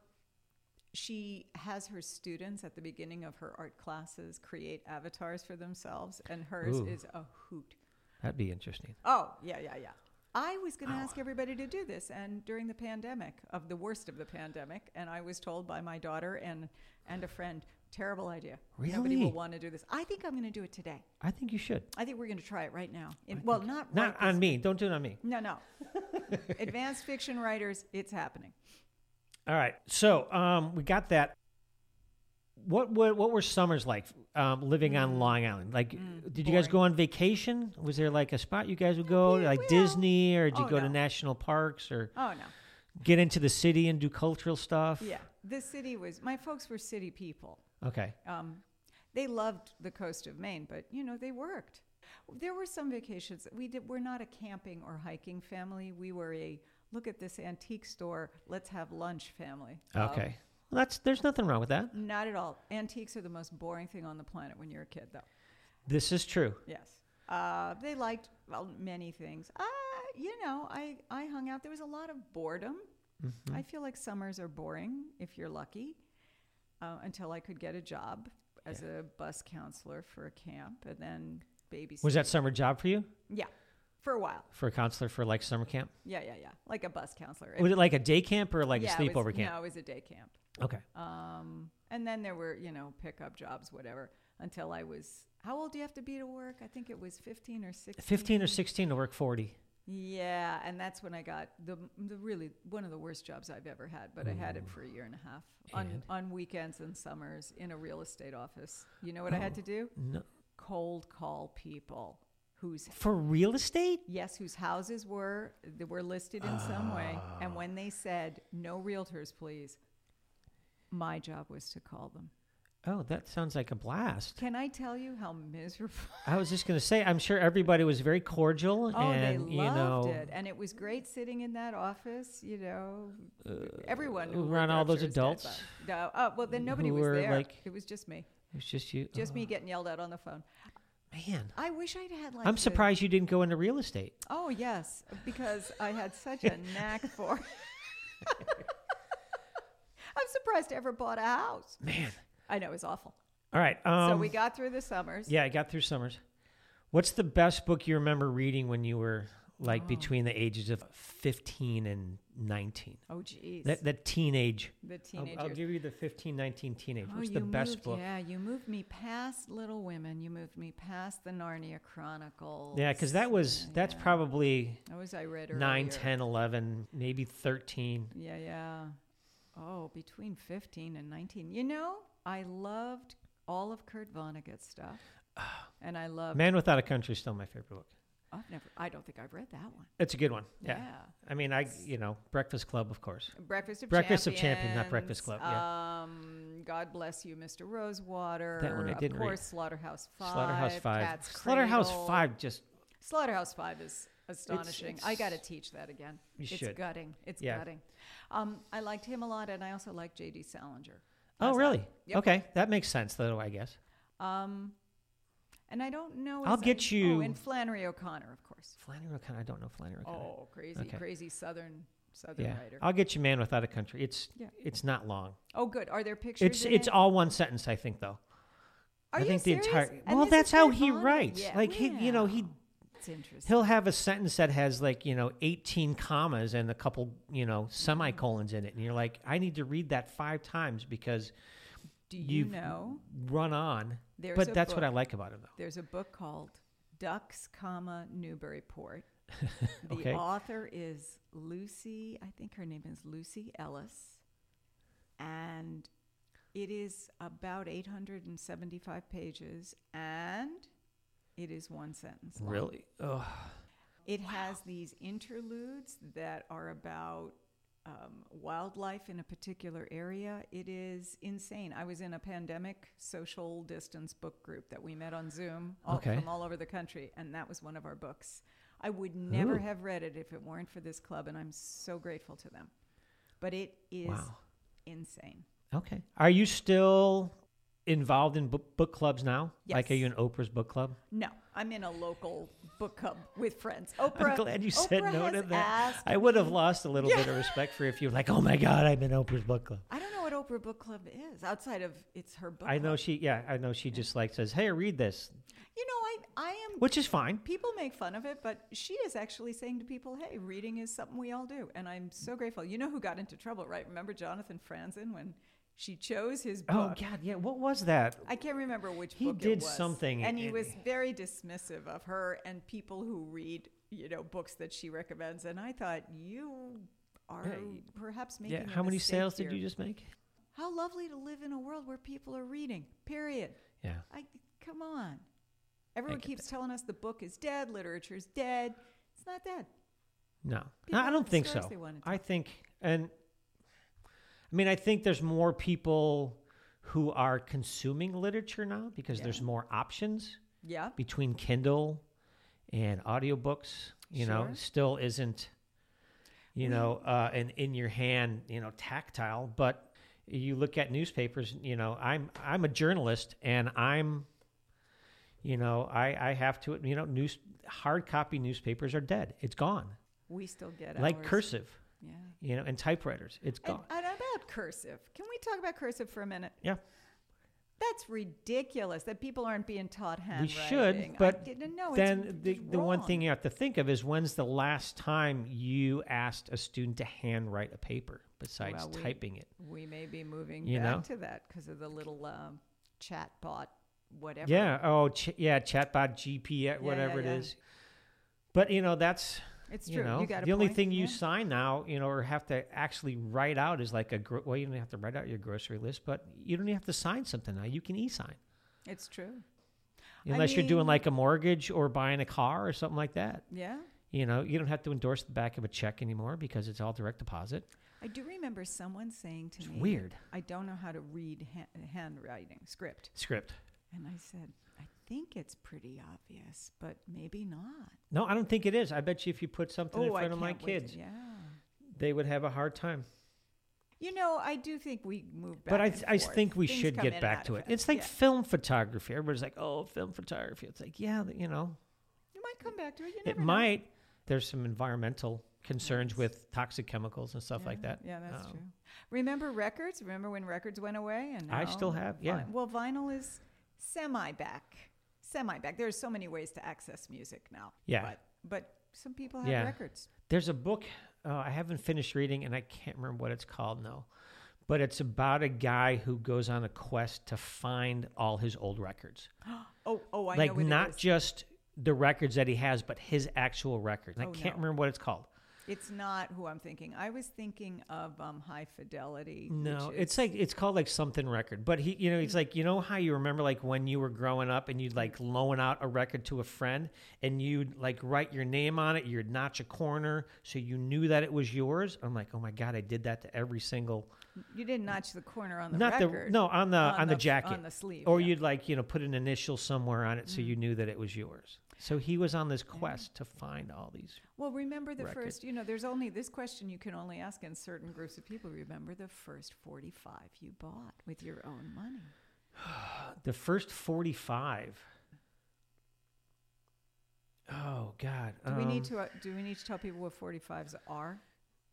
Speaker 2: she has her students at the beginning of her art classes create avatars for themselves, and hers
Speaker 1: Ooh.
Speaker 2: is a hoot.
Speaker 1: That'd be interesting.
Speaker 2: Oh yeah, yeah, yeah. I was going to ask everybody to do this, and during the pandemic, of the worst of the pandemic, and I was told by my daughter and and a friend, terrible idea. Nobody
Speaker 1: Really?
Speaker 2: will want to do this. I think I'm going to do it today.
Speaker 1: I think you should.
Speaker 2: I think we're going to try it right now. In, well, not
Speaker 1: Not
Speaker 2: right
Speaker 1: on me. Don't do it on me.
Speaker 2: this- no, no. (laughs) Advanced fiction writers, it's happening.
Speaker 1: All right. So um, we got that. What, what what were summers like um, living
Speaker 2: Mm.
Speaker 1: on Long Island? Like, did you guys
Speaker 2: boring.
Speaker 1: go on vacation? Was there like a spot you guys would go, like Disney, or did you
Speaker 2: Oh,
Speaker 1: go to
Speaker 2: no.
Speaker 1: national parks, or
Speaker 2: Oh no.
Speaker 1: get into the city and do cultural stuff?
Speaker 2: Yeah, the city was. My folks were city people.
Speaker 1: Okay.
Speaker 2: Um, they loved the coast of Maine, but you know they worked. There were some vacations we did. We're not a camping or hiking family. We were a look at this antique store. Let's have lunch family. Um,
Speaker 1: Okay. well, that's there's nothing wrong with that.
Speaker 2: not at all. Antiques are the most boring thing on the planet when you're a kid, though.
Speaker 1: This is true.
Speaker 2: Yes. Uh, they liked well, many things. Uh, you know, I, I hung out. There was a lot of boredom.
Speaker 1: Mm-hmm.
Speaker 2: I feel like summers are boring if you're lucky. Uh, until I could get a job as a bus counselor for a camp and then babysit.
Speaker 1: Was that summer job for you?
Speaker 2: Yeah, for a while.
Speaker 1: For a counselor for like summer camp?
Speaker 2: Yeah, yeah, yeah. Like a bus counselor.
Speaker 1: Was it like a day camp or like
Speaker 2: yeah,
Speaker 1: a
Speaker 2: it
Speaker 1: sleepover
Speaker 2: was,
Speaker 1: camp?
Speaker 2: No, it was a day camp.
Speaker 1: Okay.
Speaker 2: Um, and then there were, you know, pickup jobs, whatever. Until I was, how old do you have to be to work? I think it was 15 or 16.
Speaker 1: 15 or 16 to work 40.
Speaker 2: Yeah, and that's when I got the, the really one of the worst jobs I've ever had, but I had it for a year and a half on,
Speaker 1: And?
Speaker 2: on weekends and summers in a real estate office. You know what I had
Speaker 1: Oh.
Speaker 2: to do?
Speaker 1: No.
Speaker 2: Cold call people whose
Speaker 1: For real estate?
Speaker 2: yes, whose houses were that were listed in some way,
Speaker 1: Ah.
Speaker 2: and when they said no realtors, please, my job was to call them.
Speaker 1: Oh, that sounds like a blast.
Speaker 2: Can I tell you how miserable?
Speaker 1: I was just going to say, I'm sure everybody was very cordial
Speaker 2: Oh, they
Speaker 1: and,
Speaker 2: loved
Speaker 1: you know,
Speaker 2: it, and it was great sitting in that office. You know, everyone who
Speaker 1: around
Speaker 2: worked
Speaker 1: Uh, all
Speaker 2: out
Speaker 1: those
Speaker 2: sure was dead by-
Speaker 1: adults
Speaker 2: No, oh well, then nobody
Speaker 1: who
Speaker 2: was
Speaker 1: were,
Speaker 2: there.
Speaker 1: like- uh.
Speaker 2: it was just me,
Speaker 1: it was just you.
Speaker 2: just me getting yelled at on the phone.
Speaker 1: Oh, man.
Speaker 2: I wish I'd had like.
Speaker 1: I'm
Speaker 2: the-
Speaker 1: surprised you didn't go into real estate.
Speaker 2: Oh yes, because I had such a knack for. (laughs) I'm surprised I ever bought a house.
Speaker 1: Man.
Speaker 2: I know it was awful.
Speaker 1: All right. Um,
Speaker 2: so we got through the summers.
Speaker 1: Yeah, I got through summers. What's the best book you remember reading when you were
Speaker 2: Oh.
Speaker 1: like between the ages of 15 and 19?
Speaker 2: Oh geez,
Speaker 1: That, that teenage.
Speaker 2: the
Speaker 1: I'll-
Speaker 2: teenagers.
Speaker 1: I'll, give you the 15, 19 teenage.
Speaker 2: Oh,
Speaker 1: What's
Speaker 2: you
Speaker 1: the best
Speaker 2: moved,
Speaker 1: book?
Speaker 2: Yeah, you moved me past Little Women. You moved me past the Narnia Chronicles.
Speaker 1: Yeah, because that was, that's probably
Speaker 2: That was I read earlier.
Speaker 1: nine, ten, eleven, maybe 13.
Speaker 2: Yeah, yeah. Oh, between 15 and 19. You know, I loved all of Kurt Vonnegut's
Speaker 1: (sighs)
Speaker 2: stuff. And I love.
Speaker 1: Man Without a Country is still my favorite book.
Speaker 2: I've never. I don't think I've read that one.
Speaker 1: It's a good one. Yeah.
Speaker 2: Yeah.
Speaker 1: I mean, I, you know, Breakfast Club, of course.
Speaker 2: Breakfast of
Speaker 1: Breakfast of
Speaker 2: Champions.
Speaker 1: Champions, not Breakfast Club,
Speaker 2: Yeah. Um, God bless you, Mr. Rosewater.
Speaker 1: That one I didn't
Speaker 2: Of
Speaker 1: read.
Speaker 2: course, Slaughterhouse Five.
Speaker 1: Slaughterhouse Five.
Speaker 2: Cat's
Speaker 1: Slaughterhouse
Speaker 2: Cradle.
Speaker 1: Five just
Speaker 2: Slaughterhouse Five is astonishing. I
Speaker 1: it's-
Speaker 2: got to teach that again.
Speaker 1: You
Speaker 2: it's
Speaker 1: should.
Speaker 2: gutting. It's
Speaker 1: Yeah.
Speaker 2: gutting. Um, I liked him a lot, and I also liked J.D. Salinger.
Speaker 1: Oh,
Speaker 2: How's that?
Speaker 1: really?
Speaker 2: Yep.
Speaker 1: Okay, that makes sense, though. I guess
Speaker 2: Um, and I don't know.
Speaker 1: I'll
Speaker 2: as I-
Speaker 1: get you-
Speaker 2: Oh, and Flannery O'Connor, of course.
Speaker 1: Flannery O'Connor. I don't know Flannery O'Connor.
Speaker 2: Oh, crazy,
Speaker 1: Okay.
Speaker 2: crazy Southern Southern
Speaker 1: yeah,
Speaker 2: writer.
Speaker 1: I'll get you Man Without a Country. It's
Speaker 2: Yeah.
Speaker 1: it's not long.
Speaker 2: oh, good. Are there pictures?
Speaker 1: It's
Speaker 2: in
Speaker 1: it's
Speaker 2: it?
Speaker 1: all one sentence, I think, though. I
Speaker 2: Are you
Speaker 1: think
Speaker 2: serious?
Speaker 1: the entire.
Speaker 2: And
Speaker 1: well,
Speaker 2: this is
Speaker 1: that's how
Speaker 2: Kurt
Speaker 1: he
Speaker 2: Vonnegut.
Speaker 1: writes.
Speaker 2: Yeah.
Speaker 1: Like he, you know, he
Speaker 2: Wow. It's interesting.
Speaker 1: he'll have a sentence that has like you know eighteen commas and a couple you know semicolons in it, and you're like, I need to read that five times because
Speaker 2: Do you
Speaker 1: you've-
Speaker 2: know
Speaker 1: run on.
Speaker 2: There's
Speaker 1: but
Speaker 2: a
Speaker 1: that's what I
Speaker 2: book.
Speaker 1: like about him, though.
Speaker 2: there's a book called Ducks, comma
Speaker 1: (laughs)
Speaker 2: Newburyport. The
Speaker 1: Okay.
Speaker 2: author is Lucy. I think her name is Lucy Ellis, and it is about 875 pages, and it is one sentence. long.
Speaker 1: Really? Ugh.
Speaker 2: It has these interludes that are about um, wildlife in a particular area. It is insane. I was in a pandemic social distance book group that we met on Zoom all,
Speaker 1: Okay.
Speaker 2: from all over the country, and that was one of our books. I would never
Speaker 1: Ooh.
Speaker 2: have read it if it weren't for this club, and I'm so grateful to them. But it is
Speaker 1: Wow.
Speaker 2: insane.
Speaker 1: Okay. Are you still involved in book, book clubs now? Like, are
Speaker 2: Yes.
Speaker 1: you in Oprah's book club?
Speaker 2: No, I'm in a local book club with friends. Oprah,
Speaker 1: I'm glad you said
Speaker 2: Oprah
Speaker 1: no
Speaker 2: has
Speaker 1: to that.
Speaker 2: asked
Speaker 1: I would have lost a little bit of respect for if you were like, oh my God, I'm in Oprah's book club.
Speaker 2: I don't know what Oprah Book Club is outside of it's her book.
Speaker 1: I know
Speaker 2: club.
Speaker 1: she, yeah, I know she just like says, hey, read this.
Speaker 2: You know, I I am.
Speaker 1: which is fine.
Speaker 2: People make fun of it, but she is actually saying to people, "Hey, reading is something we all do," and I'm so grateful. You know who got into trouble, right? Remember Jonathan Franzen when she chose his book?
Speaker 1: Oh God, yeah. What was that?
Speaker 2: I can't remember which
Speaker 1: He
Speaker 2: book it
Speaker 1: did
Speaker 2: was.
Speaker 1: something
Speaker 2: and he
Speaker 1: and-
Speaker 2: was very dismissive of her and people who read, you know, books that she recommends. And I thought you are
Speaker 1: Hey,
Speaker 2: perhaps making.
Speaker 1: Yeah.
Speaker 2: a
Speaker 1: How many
Speaker 2: mistake
Speaker 1: sales did
Speaker 2: here.
Speaker 1: you just make?
Speaker 2: How lovely to live in a world where people are reading. Period.
Speaker 1: Yeah.
Speaker 2: I come on. Everyone
Speaker 1: get
Speaker 2: keeps telling us the book is dead, literature is dead. It's not dead.
Speaker 1: No,
Speaker 2: People
Speaker 1: I
Speaker 2: have
Speaker 1: don't
Speaker 2: the
Speaker 1: think
Speaker 2: stories
Speaker 1: so.
Speaker 2: they wanna
Speaker 1: I think, and I mean, I think there's more people who are consuming literature now because there's
Speaker 2: Yeah.
Speaker 1: more options
Speaker 2: Yeah.
Speaker 1: between Kindle and audiobooks. You know,
Speaker 2: Sure.
Speaker 1: still isn't, you know, uh, an in your hand, you know, tactile. But you look at newspapers. You know, I'm I'm a journalist, and I'm, you know, I I have to, you know, news hard copy newspapers are dead. It's gone
Speaker 2: We still get
Speaker 1: like
Speaker 2: ours.
Speaker 1: cursive,
Speaker 2: Yeah.
Speaker 1: you know, and typewriters. It's
Speaker 2: And,
Speaker 1: gone.
Speaker 2: and about cursive. Can we talk about cursive for a minute?
Speaker 1: yeah.
Speaker 2: That's ridiculous that people aren't being taught
Speaker 1: We
Speaker 2: handwriting.
Speaker 1: should,
Speaker 2: I
Speaker 1: but
Speaker 2: didn't know.
Speaker 1: then the,
Speaker 2: it's
Speaker 1: the one
Speaker 2: wrong.
Speaker 1: thing you have to think of is when's the last time you asked a student to handwrite a paper besides
Speaker 2: Well, we-
Speaker 1: typing it?
Speaker 2: we may be moving
Speaker 1: you
Speaker 2: back
Speaker 1: know?
Speaker 2: to that because of the little um, chat bot, whatever.
Speaker 1: Yeah. Oh, ch- yeah. Chatbot, GP, whatever
Speaker 2: yeah.
Speaker 1: it is. But you know that's
Speaker 2: it's true.
Speaker 1: you know
Speaker 2: got a
Speaker 1: the only
Speaker 2: point.
Speaker 1: thing you
Speaker 2: Yeah.
Speaker 1: sign now you know or have to actually write out is like a gro- well you don't have to write out your grocery list but you don't even have to sign something now you can e-sign
Speaker 2: It's true. I
Speaker 1: unless you're doing
Speaker 2: mean-
Speaker 1: like a mortgage or buying a car or something like that
Speaker 2: Yeah.
Speaker 1: You know, you don't have to endorse the back of a check anymore because it's all direct deposit.
Speaker 2: I do remember someone saying to
Speaker 1: It's
Speaker 2: me,
Speaker 1: weird.
Speaker 2: I don't know how to read ha- handwriting script.
Speaker 1: Script.
Speaker 2: And I said, I think it's pretty obvious, but maybe not.
Speaker 1: No, I don't think it is. I bet you if you put something in front of my
Speaker 2: wait to-
Speaker 1: kids,
Speaker 2: yeah.
Speaker 1: they would have a hard time.
Speaker 2: You know, I do think we move back.
Speaker 1: but I,
Speaker 2: and
Speaker 1: I
Speaker 2: forth.
Speaker 1: think we
Speaker 2: Things
Speaker 1: should
Speaker 2: come in
Speaker 1: get
Speaker 2: and out
Speaker 1: back
Speaker 2: of
Speaker 1: to it.
Speaker 2: us.
Speaker 1: It's like
Speaker 2: Yeah.
Speaker 1: film photography. Everybody's like, oh, film photography. It's like, yeah, you know,
Speaker 2: you might come back to it. You
Speaker 1: it
Speaker 2: never know.
Speaker 1: might. There's some environmental concerns
Speaker 2: Yes.
Speaker 1: with toxic chemicals and stuff like
Speaker 2: Yeah,
Speaker 1: that.
Speaker 2: Yeah, that's
Speaker 1: Um,
Speaker 2: true. Remember records? Remember when records went away? And
Speaker 1: I
Speaker 2: now
Speaker 1: still have, yeah.
Speaker 2: vi- Well, vinyl is semi back. Semi back. There's so many ways to access music now.
Speaker 1: Yeah.
Speaker 2: But, but some people have
Speaker 1: Yeah.
Speaker 2: records.
Speaker 1: There's a book uh, I haven't finished reading, and I can't remember what it's called now, but it's about a guy who goes on a quest to find all his old records.
Speaker 2: Oh, oh, I know
Speaker 1: like
Speaker 2: what it
Speaker 1: not
Speaker 2: is.
Speaker 1: just the records that he has, but his actual records. And
Speaker 2: Oh,
Speaker 1: I can't
Speaker 2: no.
Speaker 1: remember what it's called.
Speaker 2: It's not who I'm thinking. I was thinking of um, High Fidelity.
Speaker 1: No,
Speaker 2: which
Speaker 1: it's
Speaker 2: is- Hmm.
Speaker 1: like it's called like something record. But he, you know, it's like you know how you remember like when you were growing up and you'd like loan out a record to a friend and you'd like write your name on it, you'd notch a corner so you knew that it was yours. I'm like, oh my god, I did that to every single
Speaker 2: you didn't notch the corner on the
Speaker 1: not
Speaker 2: record.
Speaker 1: the no on the on, the,
Speaker 2: f-
Speaker 1: jacket
Speaker 2: on the sleeve,
Speaker 1: or
Speaker 2: yeah. Hmm.
Speaker 1: you'd like you know put an initial somewhere on it so you knew that it was yours. So he was on this quest to find all these.
Speaker 2: Well, remember the
Speaker 1: record.
Speaker 2: first. You know, there's only this question you can only ask in certain groups of people. Remember the first 45 you bought with your own money. Uh
Speaker 1: The first 45. Oh, God.
Speaker 2: Do we
Speaker 1: Um,
Speaker 2: need to uh, do we need to tell people what 45s are?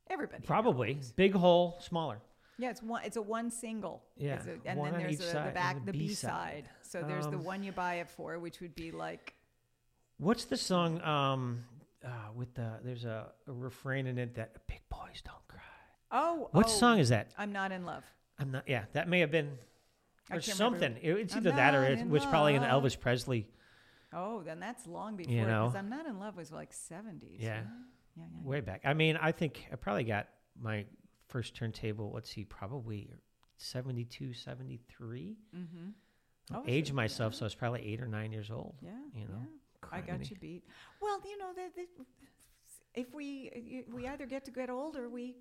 Speaker 2: Everybody
Speaker 1: Probably.
Speaker 2: knows.
Speaker 1: Big hole, smaller.
Speaker 2: Yeah, it's one. It's a one single.
Speaker 1: Yeah,
Speaker 2: It's a- and
Speaker 1: one on
Speaker 2: then there's
Speaker 1: each
Speaker 2: a, the
Speaker 1: side,
Speaker 2: back,
Speaker 1: and
Speaker 2: the
Speaker 1: the
Speaker 2: B
Speaker 1: B-side.
Speaker 2: side. So there's the
Speaker 1: Um,
Speaker 2: one you buy it for, which would be like
Speaker 1: What's the song um, uh, with the, there's a, a refrain in it that big boys don't cry.
Speaker 2: oh.
Speaker 1: What
Speaker 2: oh,
Speaker 1: song is that?
Speaker 2: I'm not in love.
Speaker 1: I'm not, yeah, that may have been,
Speaker 2: I
Speaker 1: or
Speaker 2: can't remember.
Speaker 1: something. It- it's
Speaker 2: I'm
Speaker 1: either that or
Speaker 2: not
Speaker 1: it
Speaker 2: in
Speaker 1: was probably an
Speaker 2: love.
Speaker 1: Elvis Presley.
Speaker 2: Oh, then that's long before.
Speaker 1: You
Speaker 2: Because
Speaker 1: know?
Speaker 2: I'm not in love was like 70s.
Speaker 1: Yeah.
Speaker 2: right? Yeah. yeah.
Speaker 1: way back. I mean, I think I probably got my first turntable, let's see, probably 72, 73.
Speaker 2: Mm-hmm.
Speaker 1: I
Speaker 2: Oh, so-
Speaker 1: aged myself,
Speaker 2: yeah.
Speaker 1: so I was probably eight or nine years old.
Speaker 2: Yeah.
Speaker 1: you know,
Speaker 2: yeah. I got
Speaker 1: criminy.
Speaker 2: you beat. Well, you know that if we you- we either get to get older, we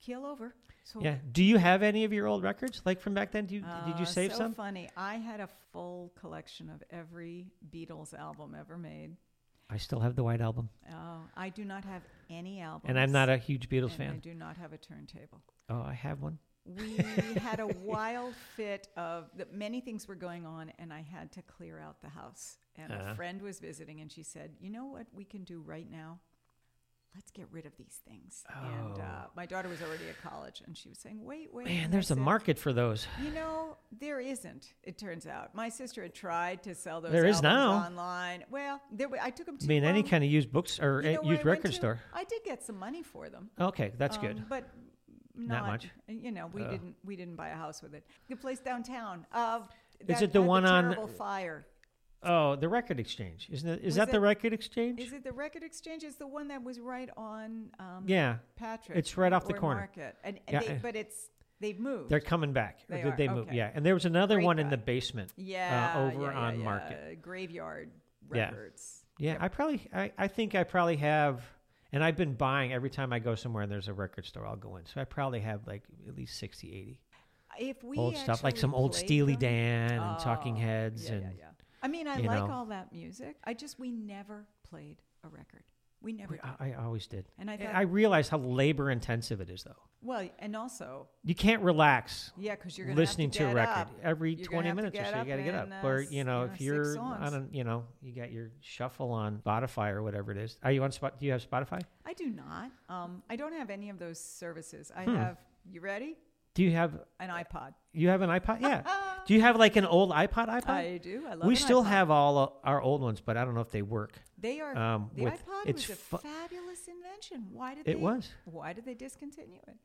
Speaker 2: keel over. So
Speaker 1: Yeah. Do you have any of your old records, like from back then? Do you, did
Speaker 2: Uh,
Speaker 1: you save
Speaker 2: so
Speaker 1: some?
Speaker 2: Funny, I had a full collection of every Beatles album ever made.
Speaker 1: I still have the White Album,
Speaker 2: Oh, I do not have any albums,
Speaker 1: and I'm not a huge Beatles
Speaker 2: and I
Speaker 1: fan.
Speaker 2: do not have a turntable.
Speaker 1: Oh, I have one. (laughs)
Speaker 2: We had a wild fit of the, many things were going on, and I had to clear out the house. And
Speaker 1: Uh-huh.
Speaker 2: a friend was visiting, and she said, "You know what we can do right now? let's get rid of these things. And uh, my daughter was already at college, and she was saying, wait, wait.
Speaker 1: Oh. Man,
Speaker 2: and I
Speaker 1: there's a
Speaker 2: said,
Speaker 1: market for those.
Speaker 2: You know, there isn't. It turns out my sister had tried to sell those.
Speaker 1: There is
Speaker 2: albums
Speaker 1: now.
Speaker 2: online. Well, there wa- I took them. To,
Speaker 1: I mean, any
Speaker 2: um,
Speaker 1: kind of used books or
Speaker 2: you know
Speaker 1: uh,
Speaker 2: where I
Speaker 1: used
Speaker 2: went
Speaker 1: record
Speaker 2: to?
Speaker 1: store.
Speaker 2: I did get some money for them.
Speaker 1: Okay, that's
Speaker 2: Um,
Speaker 1: good.
Speaker 2: But
Speaker 1: Not
Speaker 2: not,
Speaker 1: much.
Speaker 2: You know, we
Speaker 1: Oh.
Speaker 2: didn't we didn't buy a house with it. The place downtown. Uh,
Speaker 1: it the one on-
Speaker 2: terrible fire?
Speaker 1: Oh, the Record Exchange, isn't it? Is
Speaker 2: Was
Speaker 1: that the
Speaker 2: it-
Speaker 1: Record Exchange?
Speaker 2: Is it the Record Exchange? Is the one that was right on um,
Speaker 1: yeah,
Speaker 2: Patrick?
Speaker 1: It's right off the
Speaker 2: or
Speaker 1: corner.
Speaker 2: Market, and, and
Speaker 1: Yeah,
Speaker 2: they,
Speaker 1: I-
Speaker 2: but it's they've moved.
Speaker 1: they're coming back. or
Speaker 2: They
Speaker 1: did
Speaker 2: are,
Speaker 1: they move?
Speaker 2: okay.
Speaker 1: Yeah, and there was another
Speaker 2: Great
Speaker 1: one in
Speaker 2: guy.
Speaker 1: the basement.
Speaker 2: yeah,
Speaker 1: uh, over
Speaker 2: yeah, yeah,
Speaker 1: on
Speaker 2: yeah,
Speaker 1: Market.
Speaker 2: graveyard
Speaker 1: Yeah.
Speaker 2: records.
Speaker 1: Yeah, I probably, I, I think I probably have, and I've been buying every time I go somewhere and there's a record store, I'll go in. So I probably have like at least 60, 80
Speaker 2: If we
Speaker 1: old stuff, like
Speaker 2: actually
Speaker 1: some old
Speaker 2: played
Speaker 1: Steely
Speaker 2: them-
Speaker 1: Dan and Talking
Speaker 2: Oh,
Speaker 1: Heads
Speaker 2: yeah,
Speaker 1: and
Speaker 2: yeah, yeah. I mean, I
Speaker 1: you
Speaker 2: like
Speaker 1: know.
Speaker 2: all that music. I just we never played a record. We never.
Speaker 1: We-
Speaker 2: did.
Speaker 1: I, I always did.
Speaker 2: And I
Speaker 1: And
Speaker 2: thought,
Speaker 1: I realize how labor intensive it is, though.
Speaker 2: well, and also,
Speaker 1: You can't relax
Speaker 2: yeah, because you're gonna have
Speaker 1: listening
Speaker 2: to,
Speaker 1: to, a
Speaker 2: get
Speaker 1: record
Speaker 2: up.
Speaker 1: every
Speaker 2: You're gonna
Speaker 1: 20
Speaker 2: have to
Speaker 1: minutes or
Speaker 2: get
Speaker 1: so. You
Speaker 2: up
Speaker 1: got to get up.
Speaker 2: and, uh,
Speaker 1: or,
Speaker 2: s-
Speaker 1: you know,
Speaker 2: you know,
Speaker 1: if
Speaker 2: six
Speaker 1: you're
Speaker 2: songs.
Speaker 1: on, a, you know, you got your shuffle on Spotify or whatever it is. Are you on Spot? Do you have Spotify?
Speaker 2: I do not. Um, I don't have any of those services.
Speaker 1: Hmm.
Speaker 2: I have. You ready?
Speaker 1: Do you have
Speaker 2: An iPod.
Speaker 1: you have an iPod?
Speaker 2: (laughs)
Speaker 1: Yeah. do you have like an old iPod? iPod?
Speaker 2: I do. I love.
Speaker 1: we
Speaker 2: an
Speaker 1: still
Speaker 2: iPod.
Speaker 1: have all o- our old ones, but I don't know if they work.
Speaker 2: They are.
Speaker 1: um,
Speaker 2: the
Speaker 1: with-
Speaker 2: iPod
Speaker 1: it's
Speaker 2: was a
Speaker 1: fu-
Speaker 2: fabulous invention. Why did
Speaker 1: It
Speaker 2: they,
Speaker 1: was.
Speaker 2: Why did they discontinue it?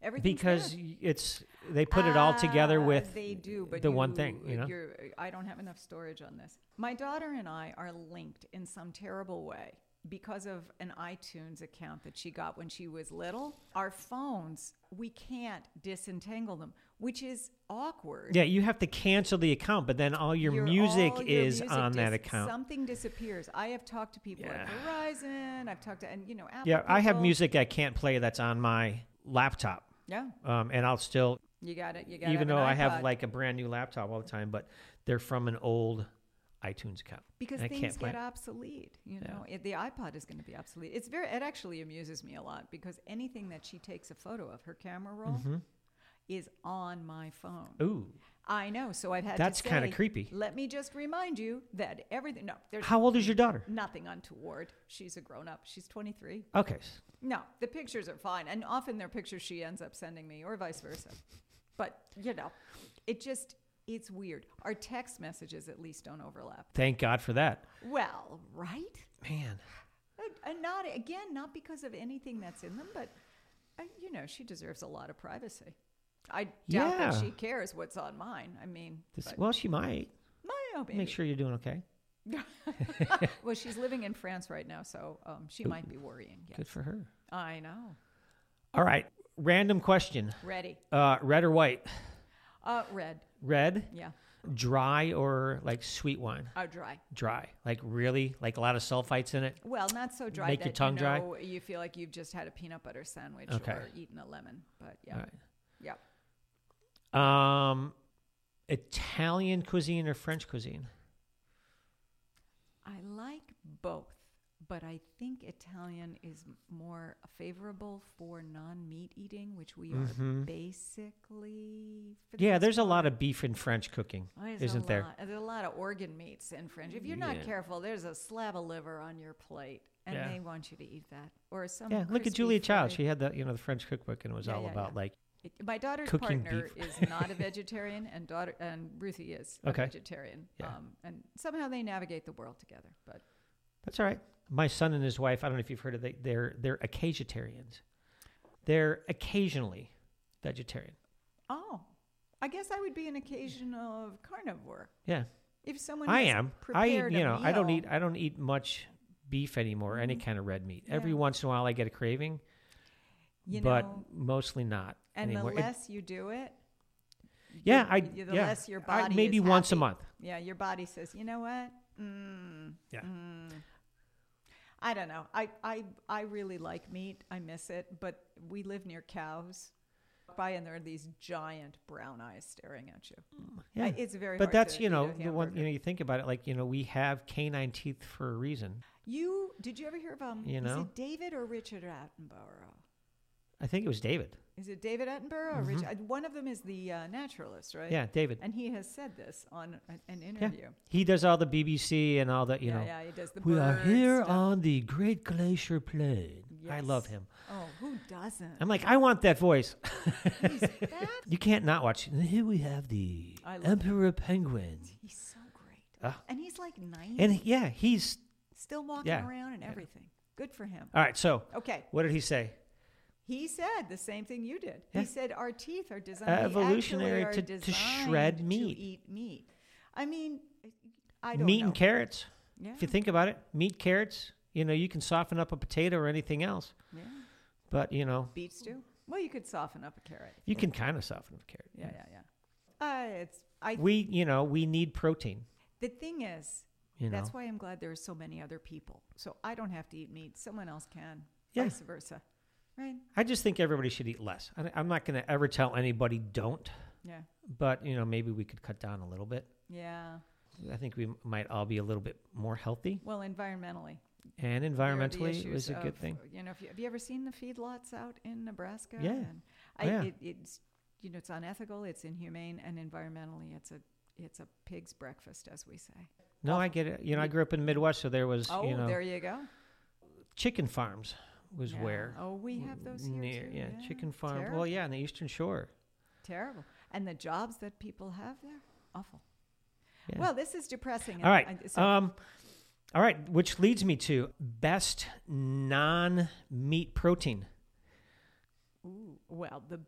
Speaker 2: Everything
Speaker 1: Because y- it's they put it all together
Speaker 2: Ah,
Speaker 1: with
Speaker 2: they do, but
Speaker 1: the one thing,
Speaker 2: you-
Speaker 1: you know?
Speaker 2: you're- uh, I don't have enough storage on this. My daughter and I are linked in some terrible way because of an iTunes account that she got when she was little. Our phones, we can't disentangle them, which is awkward.
Speaker 1: yeah, you have to cancel the account, but then all your music
Speaker 2: all your
Speaker 1: is
Speaker 2: music
Speaker 1: on that
Speaker 2: dis-
Speaker 1: account.
Speaker 2: Something disappears. I have talked to people at Verizon. I've talked to and you know Apple.
Speaker 1: yeah, I have
Speaker 2: people.
Speaker 1: music I can't play that's on my laptop,
Speaker 2: Yeah,
Speaker 1: um, and I'll still,
Speaker 2: you got it. You got
Speaker 1: even though I have
Speaker 2: like.
Speaker 1: like a brand new laptop all the time, but they're from an old iTunes account.
Speaker 2: because
Speaker 1: I
Speaker 2: things
Speaker 1: can't play
Speaker 2: get
Speaker 1: it.
Speaker 2: obsolete you
Speaker 1: Yeah.
Speaker 2: know it, the ipod is going to be obsolete it's very it actually amuses me a lot because anything that she takes a photo of her camera roll
Speaker 1: Mm-hmm.
Speaker 2: is on my phone
Speaker 1: Ooh,
Speaker 2: i know so i've had
Speaker 1: That's
Speaker 2: to
Speaker 1: kinda
Speaker 2: say,
Speaker 1: creepy.
Speaker 2: let me just remind you that everything no there's
Speaker 1: how old is your daughter?
Speaker 2: nothing untoward she's a grown-up she's 23
Speaker 1: Okay, s-
Speaker 2: no the pictures are fine and often they're pictures she ends up sending me or vice versa but you know it just it's weird our text messages at least don't overlap
Speaker 1: thank God for that,
Speaker 2: well right
Speaker 1: man.
Speaker 2: and- And not again, not because of anything that's in them, but uh, you know, she deserves a lot of privacy. I doubt
Speaker 1: Yeah.
Speaker 2: that she cares what's on mine. I mean,
Speaker 1: This,
Speaker 2: but-
Speaker 1: well, she might
Speaker 2: my oh,
Speaker 1: make
Speaker 2: baby.
Speaker 1: sure you're doing okay.
Speaker 2: well, she's living in France right now, so um, she might be worrying. Yeah.
Speaker 1: Good for her.
Speaker 2: I know.
Speaker 1: All right, random question:
Speaker 2: Ready?
Speaker 1: uh, red or white?
Speaker 2: Uh, red.
Speaker 1: Red,
Speaker 2: Yeah.
Speaker 1: dry, or like sweet wine?
Speaker 2: Oh, dry.
Speaker 1: Dry, like really, like a lot of sulfites in it.
Speaker 2: Well, not so dry.
Speaker 1: Make
Speaker 2: that,
Speaker 1: your tongue
Speaker 2: you
Speaker 1: dry?
Speaker 2: know, You feel like you've just had a peanut butter sandwich
Speaker 1: Okay.
Speaker 2: or eaten a lemon. But yeah,
Speaker 1: All
Speaker 2: yeah.
Speaker 1: right. Um, Italian cuisine or French cuisine?
Speaker 2: I like both, but I think Italian is m- more favorable for non meat eating, which we are basically. for the
Speaker 1: Mm-hmm. Yeah,
Speaker 2: most
Speaker 1: there's a
Speaker 2: part-
Speaker 1: lot of beef in French cooking,
Speaker 2: Oh, there's a
Speaker 1: isn't there?
Speaker 2: lot- There's a lot of organ meats in French. If you're not
Speaker 1: Yeah.
Speaker 2: careful, there's a slab of liver on your plate, and
Speaker 1: Yeah.
Speaker 2: they want you to eat that. Or some.
Speaker 1: Yeah, look at
Speaker 2: Um, crispy
Speaker 1: Julia Child.
Speaker 2: filet.
Speaker 1: She had the you know the French cookbook, and it was
Speaker 2: Yeah,
Speaker 1: all
Speaker 2: yeah,
Speaker 1: about
Speaker 2: yeah.
Speaker 1: like
Speaker 2: It- My daughter's
Speaker 1: Cooking
Speaker 2: partner
Speaker 1: beef.
Speaker 2: is not
Speaker 1: (laughs)
Speaker 2: a vegetarian, and daughter and Ruthie is
Speaker 1: Okay.
Speaker 2: a vegetarian.
Speaker 1: Yeah.
Speaker 2: Um, and somehow they navigate the world together. But
Speaker 1: that's all right. My son and his wife. I don't know if you've heard of they, they're they're occasionarians. They're occasionally vegetarian.
Speaker 2: Oh, I guess I would be an occasional carnivore.
Speaker 1: Yeah,
Speaker 2: If someone
Speaker 1: I
Speaker 2: has
Speaker 1: am. I eat,
Speaker 2: prepared a
Speaker 1: you know, I don't
Speaker 2: meal- Mm-hmm.
Speaker 1: eat I don't eat much beef anymore, any kind of red meat. Every
Speaker 2: Yeah.
Speaker 1: once in a while I get a craving,
Speaker 2: you
Speaker 1: but
Speaker 2: know,
Speaker 1: mostly not
Speaker 2: and
Speaker 1: anymore. It-
Speaker 2: the less you do it,
Speaker 1: yeah,
Speaker 2: the-
Speaker 1: I
Speaker 2: the
Speaker 1: yeah,
Speaker 2: less your
Speaker 1: I-
Speaker 2: body
Speaker 1: maybe
Speaker 2: is
Speaker 1: once a
Speaker 2: happy.
Speaker 1: month.
Speaker 2: yeah, your body says, you know what? Mm,
Speaker 1: Yeah.
Speaker 2: mm." I don't know. I, I I really like meat. I miss it, but we live near cows. By and there are these giant brown eyes staring at you.
Speaker 1: Yeah.
Speaker 2: I- it's very.
Speaker 1: but
Speaker 2: hard
Speaker 1: that's
Speaker 2: to
Speaker 1: you
Speaker 2: eat a
Speaker 1: know the one
Speaker 2: hamburger.
Speaker 1: you know you think about it like you know we have canine teeth for a reason.
Speaker 2: You did you ever hear of um?
Speaker 1: You
Speaker 2: is
Speaker 1: know?
Speaker 2: it David or Richard Attenborough?
Speaker 1: I think it was David.
Speaker 2: Is it David Attenborough or Richard? uh, One of them is the uh, naturalist, right?
Speaker 1: Mm-hmm. Yeah, David.
Speaker 2: And he has said this on a- an
Speaker 1: Yeah.
Speaker 2: interview.
Speaker 1: He does all the BBC and all the you
Speaker 2: yeah,
Speaker 1: know.
Speaker 2: yeah, he does the
Speaker 1: We are
Speaker 2: bird
Speaker 1: here
Speaker 2: stuff.
Speaker 1: on the Great Glacier Plain. I love
Speaker 2: Yes.
Speaker 1: him.
Speaker 2: Oh, who doesn't?
Speaker 1: I'm like, I want that voice. (laughs)
Speaker 2: He's that.
Speaker 1: you can't not watch. And here we have the
Speaker 2: I love him.
Speaker 1: Emperor Penguin.
Speaker 2: He's so great.
Speaker 1: Ah.
Speaker 2: and he's like 90,
Speaker 1: And yeah, he's
Speaker 2: still walking
Speaker 1: yeah,
Speaker 2: around and
Speaker 1: yeah.
Speaker 2: everything. Good for him.
Speaker 1: all right. So
Speaker 2: Okay.
Speaker 1: what did he say?
Speaker 2: He said the same thing you did.
Speaker 1: Yeah.
Speaker 2: He said our teeth are designed we actually
Speaker 1: Evolutionary
Speaker 2: are
Speaker 1: to- to
Speaker 2: designed
Speaker 1: shred
Speaker 2: to
Speaker 1: meat.
Speaker 2: eat meat. I mean, I don't
Speaker 1: Meat
Speaker 2: know.
Speaker 1: and carrots.
Speaker 2: Yeah.
Speaker 1: If you think about it, meat, carrots. You know, you can soften up a potato or anything else.
Speaker 2: yeah.
Speaker 1: But you know,
Speaker 2: Beet stew. Well, you could soften up a carrot.
Speaker 1: you can kind of soften up a carrot.
Speaker 2: Yeah, yeah, yeah. Uh, it's I.
Speaker 1: We, you know, we need protein.
Speaker 2: The thing is,
Speaker 1: You know,
Speaker 2: that's why I'm glad there are so many other people. So I don't have to eat meat. Someone else can.
Speaker 1: Yeah.
Speaker 2: Vice versa. Right.
Speaker 1: I just think everybody should eat less. I, I'm not going to ever tell anybody don't,
Speaker 2: Yeah.
Speaker 1: but you know, maybe we could cut down a little bit.
Speaker 2: Yeah.
Speaker 1: I think we m- might all be a little bit more healthy
Speaker 2: Well, environmentally.
Speaker 1: and
Speaker 2: there are the
Speaker 1: environmentally it was
Speaker 2: issues
Speaker 1: a good
Speaker 2: of,
Speaker 1: thing.
Speaker 2: You know, if you, have you ever seen the feedlots out in Nebraska?
Speaker 1: Yeah.
Speaker 2: And I,
Speaker 1: Yeah.
Speaker 2: It, it's you know it's unethical, it's inhumane, and environmentally it's a it's a pig's breakfast, as we say.
Speaker 1: No, I get it. You know, I grew up in the Midwest, so there was,
Speaker 2: Oh,
Speaker 1: you know,
Speaker 2: there you go.
Speaker 1: chicken farms was
Speaker 2: Yeah.
Speaker 1: where
Speaker 2: Oh, we have those here
Speaker 1: near,
Speaker 2: too.
Speaker 1: yeah, chicken farm.
Speaker 2: Terrible.
Speaker 1: Well, yeah, on the Eastern Shore.
Speaker 2: terrible. And the jobs that people have there, awful.
Speaker 1: Yeah.
Speaker 2: Well, this is depressing.
Speaker 1: all right.
Speaker 2: and I- so-
Speaker 1: um, all right, which leads me to best non-meat protein.
Speaker 2: ooh, well, the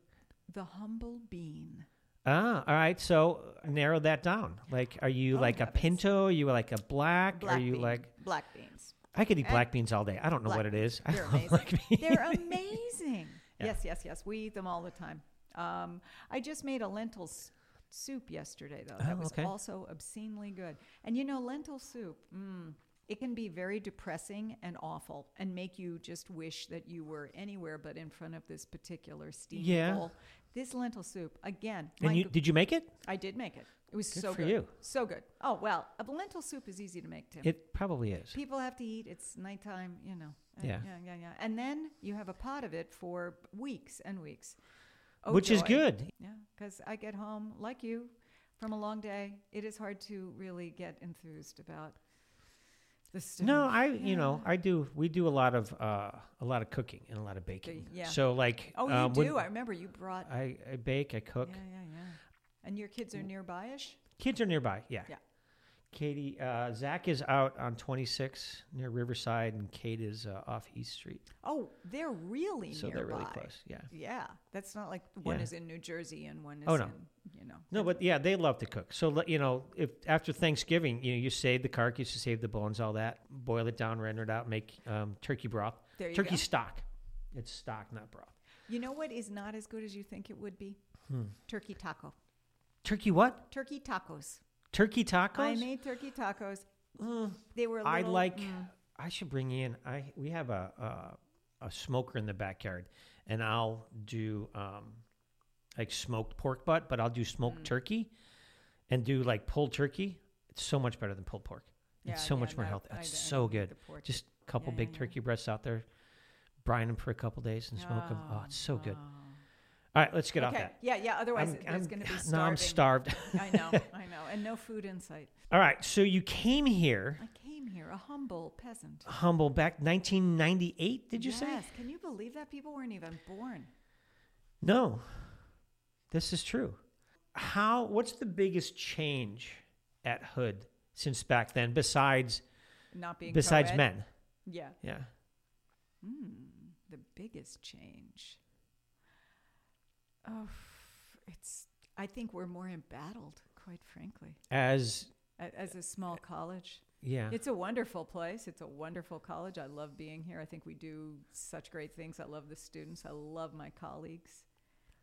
Speaker 2: the humble bean.
Speaker 1: Ah, all right. So narrow that down. Like, are you
Speaker 2: Oh,
Speaker 1: like a
Speaker 2: heavens.
Speaker 1: pinto? Are you like a black?
Speaker 2: Black
Speaker 1: are you
Speaker 2: bean,
Speaker 1: like?
Speaker 2: black beans?
Speaker 1: I could eat
Speaker 2: And-
Speaker 1: black beans all day. I don't know
Speaker 2: Black
Speaker 1: what it (laughs) is. I
Speaker 2: They're
Speaker 1: don't
Speaker 2: amazing.
Speaker 1: like beans.
Speaker 2: They're amazing.
Speaker 1: (laughs) Yeah.
Speaker 2: Yes, yes, yes. We eat them all the time. Um, I just made a lentil s- soup yesterday, though. That
Speaker 1: Oh,
Speaker 2: was
Speaker 1: okay.
Speaker 2: also obscenely good. And you know, lentil soup, mm, it can be very depressing and awful and make you just wish that you were anywhere but in front of this particular steam
Speaker 1: Yeah.
Speaker 2: bowl. This lentil soup, again, my
Speaker 1: And you
Speaker 2: g-
Speaker 1: did you make it?
Speaker 2: I did make it. It was
Speaker 1: Good
Speaker 2: so
Speaker 1: for
Speaker 2: good.
Speaker 1: you.
Speaker 2: So good. Oh, well, a lentil soup is easy to make, Tim
Speaker 1: It probably is.
Speaker 2: people have to eat. It's nighttime, you know. Uh,
Speaker 1: Yeah.
Speaker 2: yeah, yeah, yeah. And then you have a pot of it for weeks and weeks, Oh,
Speaker 1: Which is
Speaker 2: joy.
Speaker 1: good.
Speaker 2: Yeah, because I get home like you from a long day. It is hard to really get enthused about the stove.
Speaker 1: No, I you know,
Speaker 2: Yeah.
Speaker 1: I do we do a lot of uh a lot of cooking and a lot of baking.
Speaker 2: yeah.
Speaker 1: So like
Speaker 2: Oh, you
Speaker 1: um, when
Speaker 2: do. I remember you brought.
Speaker 1: I, I bake, I cook.
Speaker 2: Yeah, yeah, yeah. And your kids are nearby-ish.
Speaker 1: Kids are nearby, yeah.
Speaker 2: Yeah.
Speaker 1: Katie, uh, Zach is out on 26 near Riverside, and Kate is uh, off East Street.
Speaker 2: Oh, they're really
Speaker 1: So
Speaker 2: nearby.
Speaker 1: they're really close. Yeah.
Speaker 2: Yeah, that's not like one
Speaker 1: Yeah.
Speaker 2: is in New Jersey and one is
Speaker 1: Oh, no.
Speaker 2: in you know.
Speaker 1: No, but yeah, they love to cook. So let- you know, if after Thanksgiving, you know, you save the carcass, you save the bones, all that, boil it down, render it out, make um, turkey broth,
Speaker 2: There you
Speaker 1: turkey
Speaker 2: go.
Speaker 1: stock. It's stock, not broth.
Speaker 2: You know what is not as good as you think it would be?
Speaker 1: Hmm.
Speaker 2: Turkey taco.
Speaker 1: Turkey what?
Speaker 2: Turkey tacos.
Speaker 1: Turkey tacos.
Speaker 2: I made turkey tacos.
Speaker 1: Mm,
Speaker 2: They were. Little,
Speaker 1: I like.
Speaker 2: mm,
Speaker 1: I should bring in. I we have a a, a smoker in the backyard, and I'll do um, like smoked pork butt, but I'll do
Speaker 2: Mm.
Speaker 1: smoked turkey, and do like pulled turkey. It's so much better than pulled pork.
Speaker 2: yeah,
Speaker 1: it's so
Speaker 2: yeah,
Speaker 1: much more
Speaker 2: no,
Speaker 1: healthy.
Speaker 2: I
Speaker 1: It's
Speaker 2: don't- I
Speaker 1: so
Speaker 2: don't need
Speaker 1: good.
Speaker 2: the pork.
Speaker 1: Just a couple
Speaker 2: Yeah,
Speaker 1: big
Speaker 2: yeah, yeah.
Speaker 1: turkey breasts out there, brine them for a couple days and smoke them. Oh, it's so good.
Speaker 2: Oh.
Speaker 1: All right, let's get off
Speaker 2: okay.
Speaker 1: that.
Speaker 2: Yeah, yeah. Otherwise,
Speaker 1: I'm-
Speaker 2: it-
Speaker 1: I'm-
Speaker 2: there's going
Speaker 1: (laughs)
Speaker 2: to be
Speaker 1: no,
Speaker 2: starving.
Speaker 1: I'm starved. (laughs)
Speaker 2: I know, I know, and no food in sight.
Speaker 1: All right, so you came here,
Speaker 2: I came here a humble peasant.
Speaker 1: humble, back 1998. Did you say?
Speaker 2: Yes. Can you believe that people weren't even born?
Speaker 1: No, this is true. How? What's the biggest change at Hood since back then? Besides,
Speaker 2: Not being
Speaker 1: besides
Speaker 2: co-ed?
Speaker 1: men.
Speaker 2: Yeah.
Speaker 1: Yeah.
Speaker 2: Mm, the biggest change. Oh, it's. I think we're more embattled, quite frankly,
Speaker 1: As
Speaker 2: a- as a small college.
Speaker 1: yeah.
Speaker 2: It's a wonderful place. It's a wonderful college. I love being here. I think we do such great things. I love the students. I love my colleagues.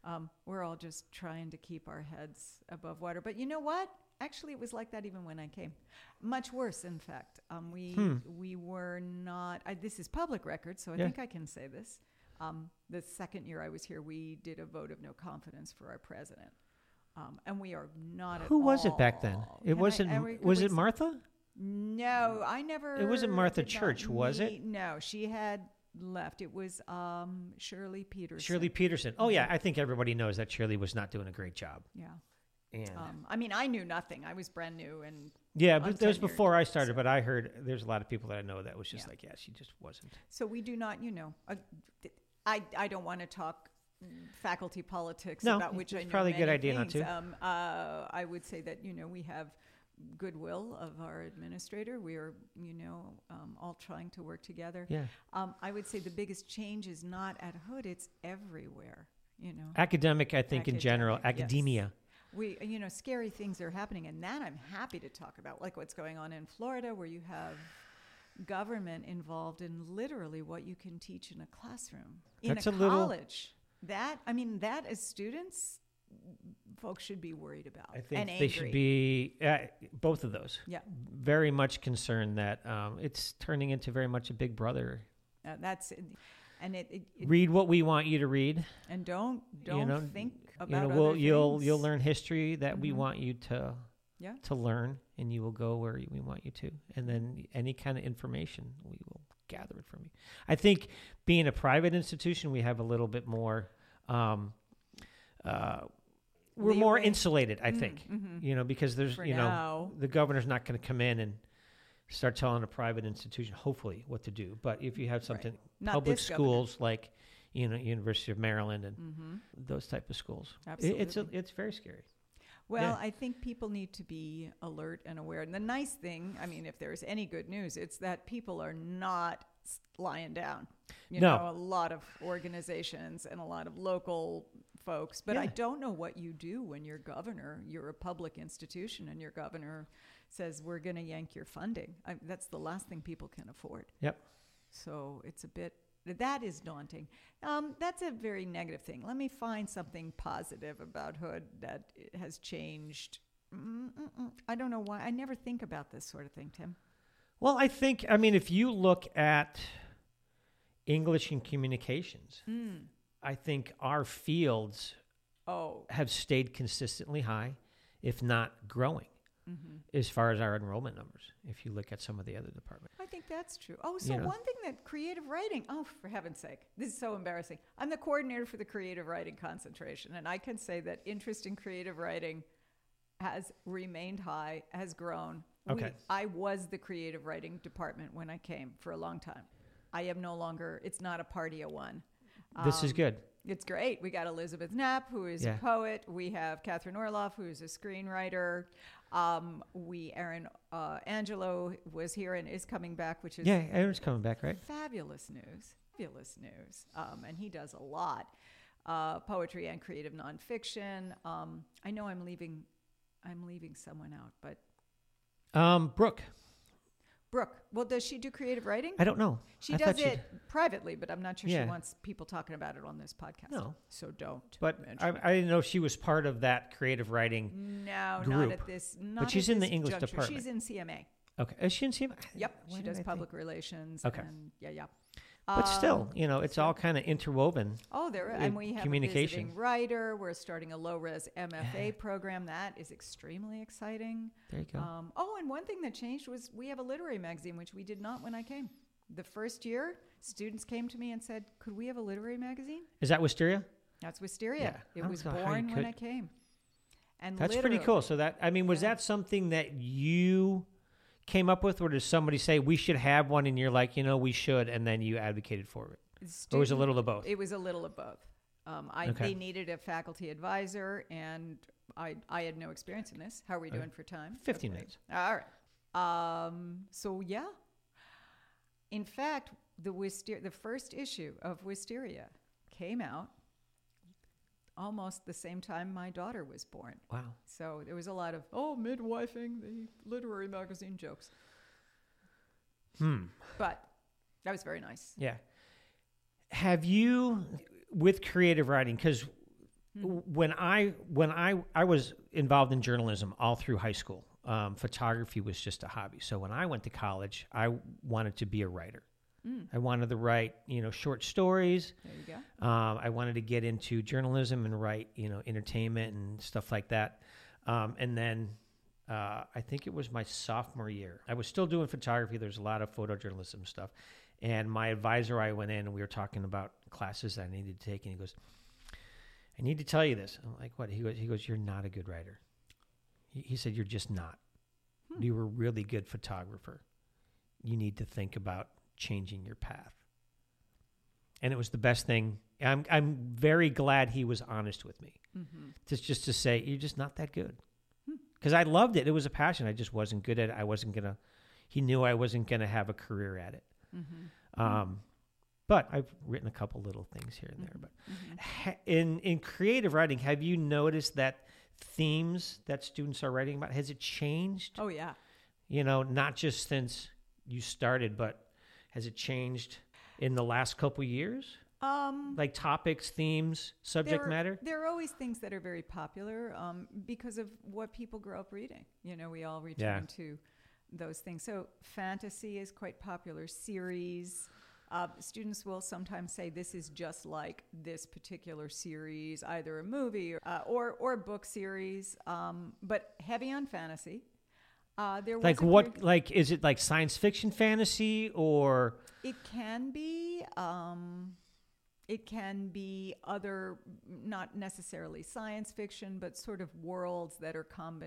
Speaker 2: Um, we're all just trying to keep our heads above water. But you know what? Actually, it was like that even when I came. Much worse, in fact. Um, we
Speaker 1: Hmm.
Speaker 2: we were not. I, this is public record, so I
Speaker 1: Yeah.
Speaker 2: think I can say this. Um, the second year I was here, we did a vote of no confidence for our president, um, and we are not. at
Speaker 1: Who was it back then?
Speaker 2: all-
Speaker 1: It
Speaker 2: Can I-
Speaker 1: wasn't.
Speaker 2: are we- could
Speaker 1: was
Speaker 2: we
Speaker 1: it
Speaker 2: say-
Speaker 1: Martha?
Speaker 2: no, I never.
Speaker 1: Mm. wasn't Martha
Speaker 2: did not
Speaker 1: Church, was it?
Speaker 2: meet- No, she had left. It was um, Shirley Peterson.
Speaker 1: Shirley Peterson. Oh yeah, I think everybody knows that Shirley was not doing a great job.
Speaker 2: Yeah.
Speaker 1: And
Speaker 2: Um, I mean, I knew nothing. I was brand new and
Speaker 1: Yeah,
Speaker 2: Um, I'm
Speaker 1: but that was
Speaker 2: tenured,
Speaker 1: before I started.
Speaker 2: so-
Speaker 1: But I heard there's a lot of people that I know that was just
Speaker 2: Yeah.
Speaker 1: like, yeah, she just wasn't.
Speaker 2: So we do not, you know, uh, I, I don't want to talk mm, faculty politics
Speaker 1: No,
Speaker 2: about which I
Speaker 1: it's
Speaker 2: know
Speaker 1: probably a good
Speaker 2: many
Speaker 1: idea not
Speaker 2: things.
Speaker 1: to.
Speaker 2: Um, uh, I would say that you know we have goodwill of our administrator. We are you know um, all trying to work together.
Speaker 1: Yeah,
Speaker 2: Um, I would say the biggest change is not at Hood; it's everywhere. You know,
Speaker 1: academic. I think in general,
Speaker 2: Academic, yes.
Speaker 1: academia.
Speaker 2: we you know scary things are happening, and that I'm happy to talk about, like what's going on in Florida, where you have government involved in literally what you can teach in a classroom in
Speaker 1: That's a
Speaker 2: a,
Speaker 1: little-
Speaker 2: college. That I mean, that as students, folks should be worried about.
Speaker 1: I think
Speaker 2: and
Speaker 1: they should
Speaker 2: angry.
Speaker 1: be uh, both of those.
Speaker 2: Yeah.
Speaker 1: very much concerned that um, it's turning into very much a Big Brother.
Speaker 2: Uh, that's and it, it, it-
Speaker 1: Read what we want you to read.
Speaker 2: and don't don't
Speaker 1: know,
Speaker 2: think about
Speaker 1: you know,
Speaker 2: other
Speaker 1: we'll you'll
Speaker 2: things.
Speaker 1: you'll learn history that we
Speaker 2: Mhm.
Speaker 1: want you to
Speaker 2: Yeah.
Speaker 1: to learn, and you will go where we want you to, and then any kind of information we will gather it from you. I think being a private institution, we have a little bit more. Um, uh, we're more
Speaker 2: Leeway.
Speaker 1: insulated, I
Speaker 2: Mm,
Speaker 1: think.
Speaker 2: mhm.
Speaker 1: You know, because there's
Speaker 2: For
Speaker 1: you know
Speaker 2: now.
Speaker 1: the governor's not going to come in and start telling a private institution, hopefully, what to do. But if you have something
Speaker 2: Not
Speaker 1: public
Speaker 2: this governor.
Speaker 1: schools like you know University of Maryland and
Speaker 2: Mhm.
Speaker 1: those type of schools, i- it's a,
Speaker 2: Absolutely.
Speaker 1: it's very scary.
Speaker 2: Well,
Speaker 1: Yeah.
Speaker 2: I think people need to be alert and aware. And the nice thing, I mean, if there's any good news, it's that people are not s- lying down. You
Speaker 1: No.
Speaker 2: know, a lot of organizations and a lot of local folks. But I
Speaker 1: Yeah.
Speaker 2: don't know what you do when you're governor, you're a public institution, and your governor says, we're going to yank your funding. I, that's the last thing people can afford.
Speaker 1: Yep.
Speaker 2: So it's a bit. That is daunting. Um, that's a very negative thing. Let me find something positive about Hood that it has changed. Mm, mm, mm. I don't know why. I never think about this sort of thing, Tim.
Speaker 1: Well, I think I mean if you look at English and communications, I think our fields
Speaker 2: Oh,
Speaker 1: have stayed consistently high, if not growing,
Speaker 2: mm-hmm.
Speaker 1: as far as our enrollment numbers. If you look at some of the other departments.
Speaker 2: I think that's true. Oh, so
Speaker 1: You know.
Speaker 2: one thing that creative writing. Oh, for heaven's sake, this is so embarrassing. I'm the coordinator for the creative writing concentration, and I can say that interest in creative writing has remained high, has grown.
Speaker 1: Okay.
Speaker 2: I was the creative writing department when I came for a long time. I am no longer. It's not a party of one.
Speaker 1: This
Speaker 2: Um,
Speaker 1: is good.
Speaker 2: It's great. We got Elizabeth Knapp, who is
Speaker 1: Yeah.
Speaker 2: a poet. We have Catherine Orloff, who is a screenwriter. Um, we Aaron uh, Angelo was here and is coming back, which is
Speaker 1: Yeah, Aaron's coming back, right?
Speaker 2: fabulous news. Fabulous news. Um, and he does a lot uh, poetry and creative nonfiction. Um, I know I'm leaving. I'm leaving someone out, but
Speaker 1: Um, Brooke,
Speaker 2: Brooke. Well, does she do creative writing?
Speaker 1: I don't know.
Speaker 2: She
Speaker 1: I thought
Speaker 2: does
Speaker 1: she'd-
Speaker 2: it privately, but I'm not sure
Speaker 1: Yeah.
Speaker 2: she wants people talking about it on this podcast.
Speaker 1: No.
Speaker 2: so don't.
Speaker 1: But
Speaker 2: mention
Speaker 1: I, I didn't know she was part of that creative writing.
Speaker 2: No,
Speaker 1: group.
Speaker 2: not at this. Not at
Speaker 1: she's in the
Speaker 2: this
Speaker 1: English
Speaker 2: juncture.
Speaker 1: department.
Speaker 2: She's in CMA.
Speaker 1: Okay, is she in CMA?
Speaker 2: Yep,
Speaker 1: Why
Speaker 2: she
Speaker 1: did I
Speaker 2: does
Speaker 1: think-
Speaker 2: public relations.
Speaker 1: Okay.
Speaker 2: and- yeah, yeah.
Speaker 1: But
Speaker 2: Um,
Speaker 1: still, you know, it's all kind of interwoven.
Speaker 2: Oh, there
Speaker 1: in
Speaker 2: and we have
Speaker 1: communication.
Speaker 2: a visiting writer. We're starting a low res MFA program. That is extremely exciting.
Speaker 1: There you go.
Speaker 2: Um, oh, and one thing that changed was we have a literary magazine, which we did not when I came. The first year, students came to me and said, "Could we have a literary magazine?"
Speaker 1: Is that Wisteria?
Speaker 2: That's Wisteria.
Speaker 1: Yeah, I
Speaker 2: It
Speaker 1: don't
Speaker 2: was
Speaker 1: know how you
Speaker 2: born
Speaker 1: could-
Speaker 2: when I came. And
Speaker 1: That's pretty cool.
Speaker 2: literally-
Speaker 1: So that I mean, was
Speaker 2: Yeah.
Speaker 1: that something that you came up with, or did somebody say we should have one, and you're like, you know, we should, and then you advocated for it, or was it a
Speaker 2: student-
Speaker 1: little of both?
Speaker 2: It was a little of both. Um, I,
Speaker 1: Okay.
Speaker 2: They needed a faculty advisor, and I, I had no experience in this. How are we
Speaker 1: Okay.
Speaker 2: doing for time?
Speaker 1: 15
Speaker 2: Okay.
Speaker 1: minutes.
Speaker 2: All right. Um, so, yeah. In fact, the, Wister- the first issue of Wisteria came out almost the same time my daughter was born.
Speaker 1: Wow.
Speaker 2: So there was a lot of, oh, midwifing the literary magazine jokes.
Speaker 1: Hmm.
Speaker 2: But that was very nice.
Speaker 1: Yeah. Have you with creative writing? Because
Speaker 2: Hmm.
Speaker 1: when I when I I was involved in journalism all through high school, um, photography was just a hobby. So when I went to college, I wanted to be a writer.
Speaker 2: Hmm.
Speaker 1: I wanted to write, you know, short stories.
Speaker 2: There you go.
Speaker 1: Um, I wanted to get into journalism and write, you know, entertainment and stuff like that. Um, and then uh, I think it was my sophomore year. I was still doing photography. There's a lot of photojournalism stuff. And my advisor, I went in and we were talking about classes that I needed to take. And he goes, I need to tell you this. I'm like, what? He goes, he goes, you're not a good writer. He, he said, you're just not. you were a really good photographer, you need to think about changing your path. And it was the best thing. I'm I'm very glad he was honest with me.
Speaker 2: Mm-hmm.
Speaker 1: To just to say you're just not that good. Because I loved it. It was a passion. I just wasn't good at it. I wasn't gonna. He knew I wasn't gonna have a career at it.
Speaker 2: Mm-hmm.
Speaker 1: Um, but I've written a couple little things here and there. But
Speaker 2: Mm-hmm.
Speaker 1: ha- in in creative writing, have you noticed that themes that students are writing about has it changed?
Speaker 2: Oh yeah.
Speaker 1: You know, not just since you started, but has it changed in the last couple years?
Speaker 2: Um,
Speaker 1: Like topics, themes, subject
Speaker 2: there are,
Speaker 1: matter?
Speaker 2: There are always things that are very popular um, because of what people grow up reading. You know, we all return to those things. So fantasy is quite popular. Series. Uh, students will sometimes say this is just like this particular series, either a movie or uh, or, or a book series, um, but heavy on fantasy. Uh, there was
Speaker 1: Like
Speaker 2: a
Speaker 1: what?
Speaker 2: period-
Speaker 1: Like is it like science fiction, fantasy, or
Speaker 2: It can be. Um, it can be other, not necessarily science fiction, but sort of worlds that are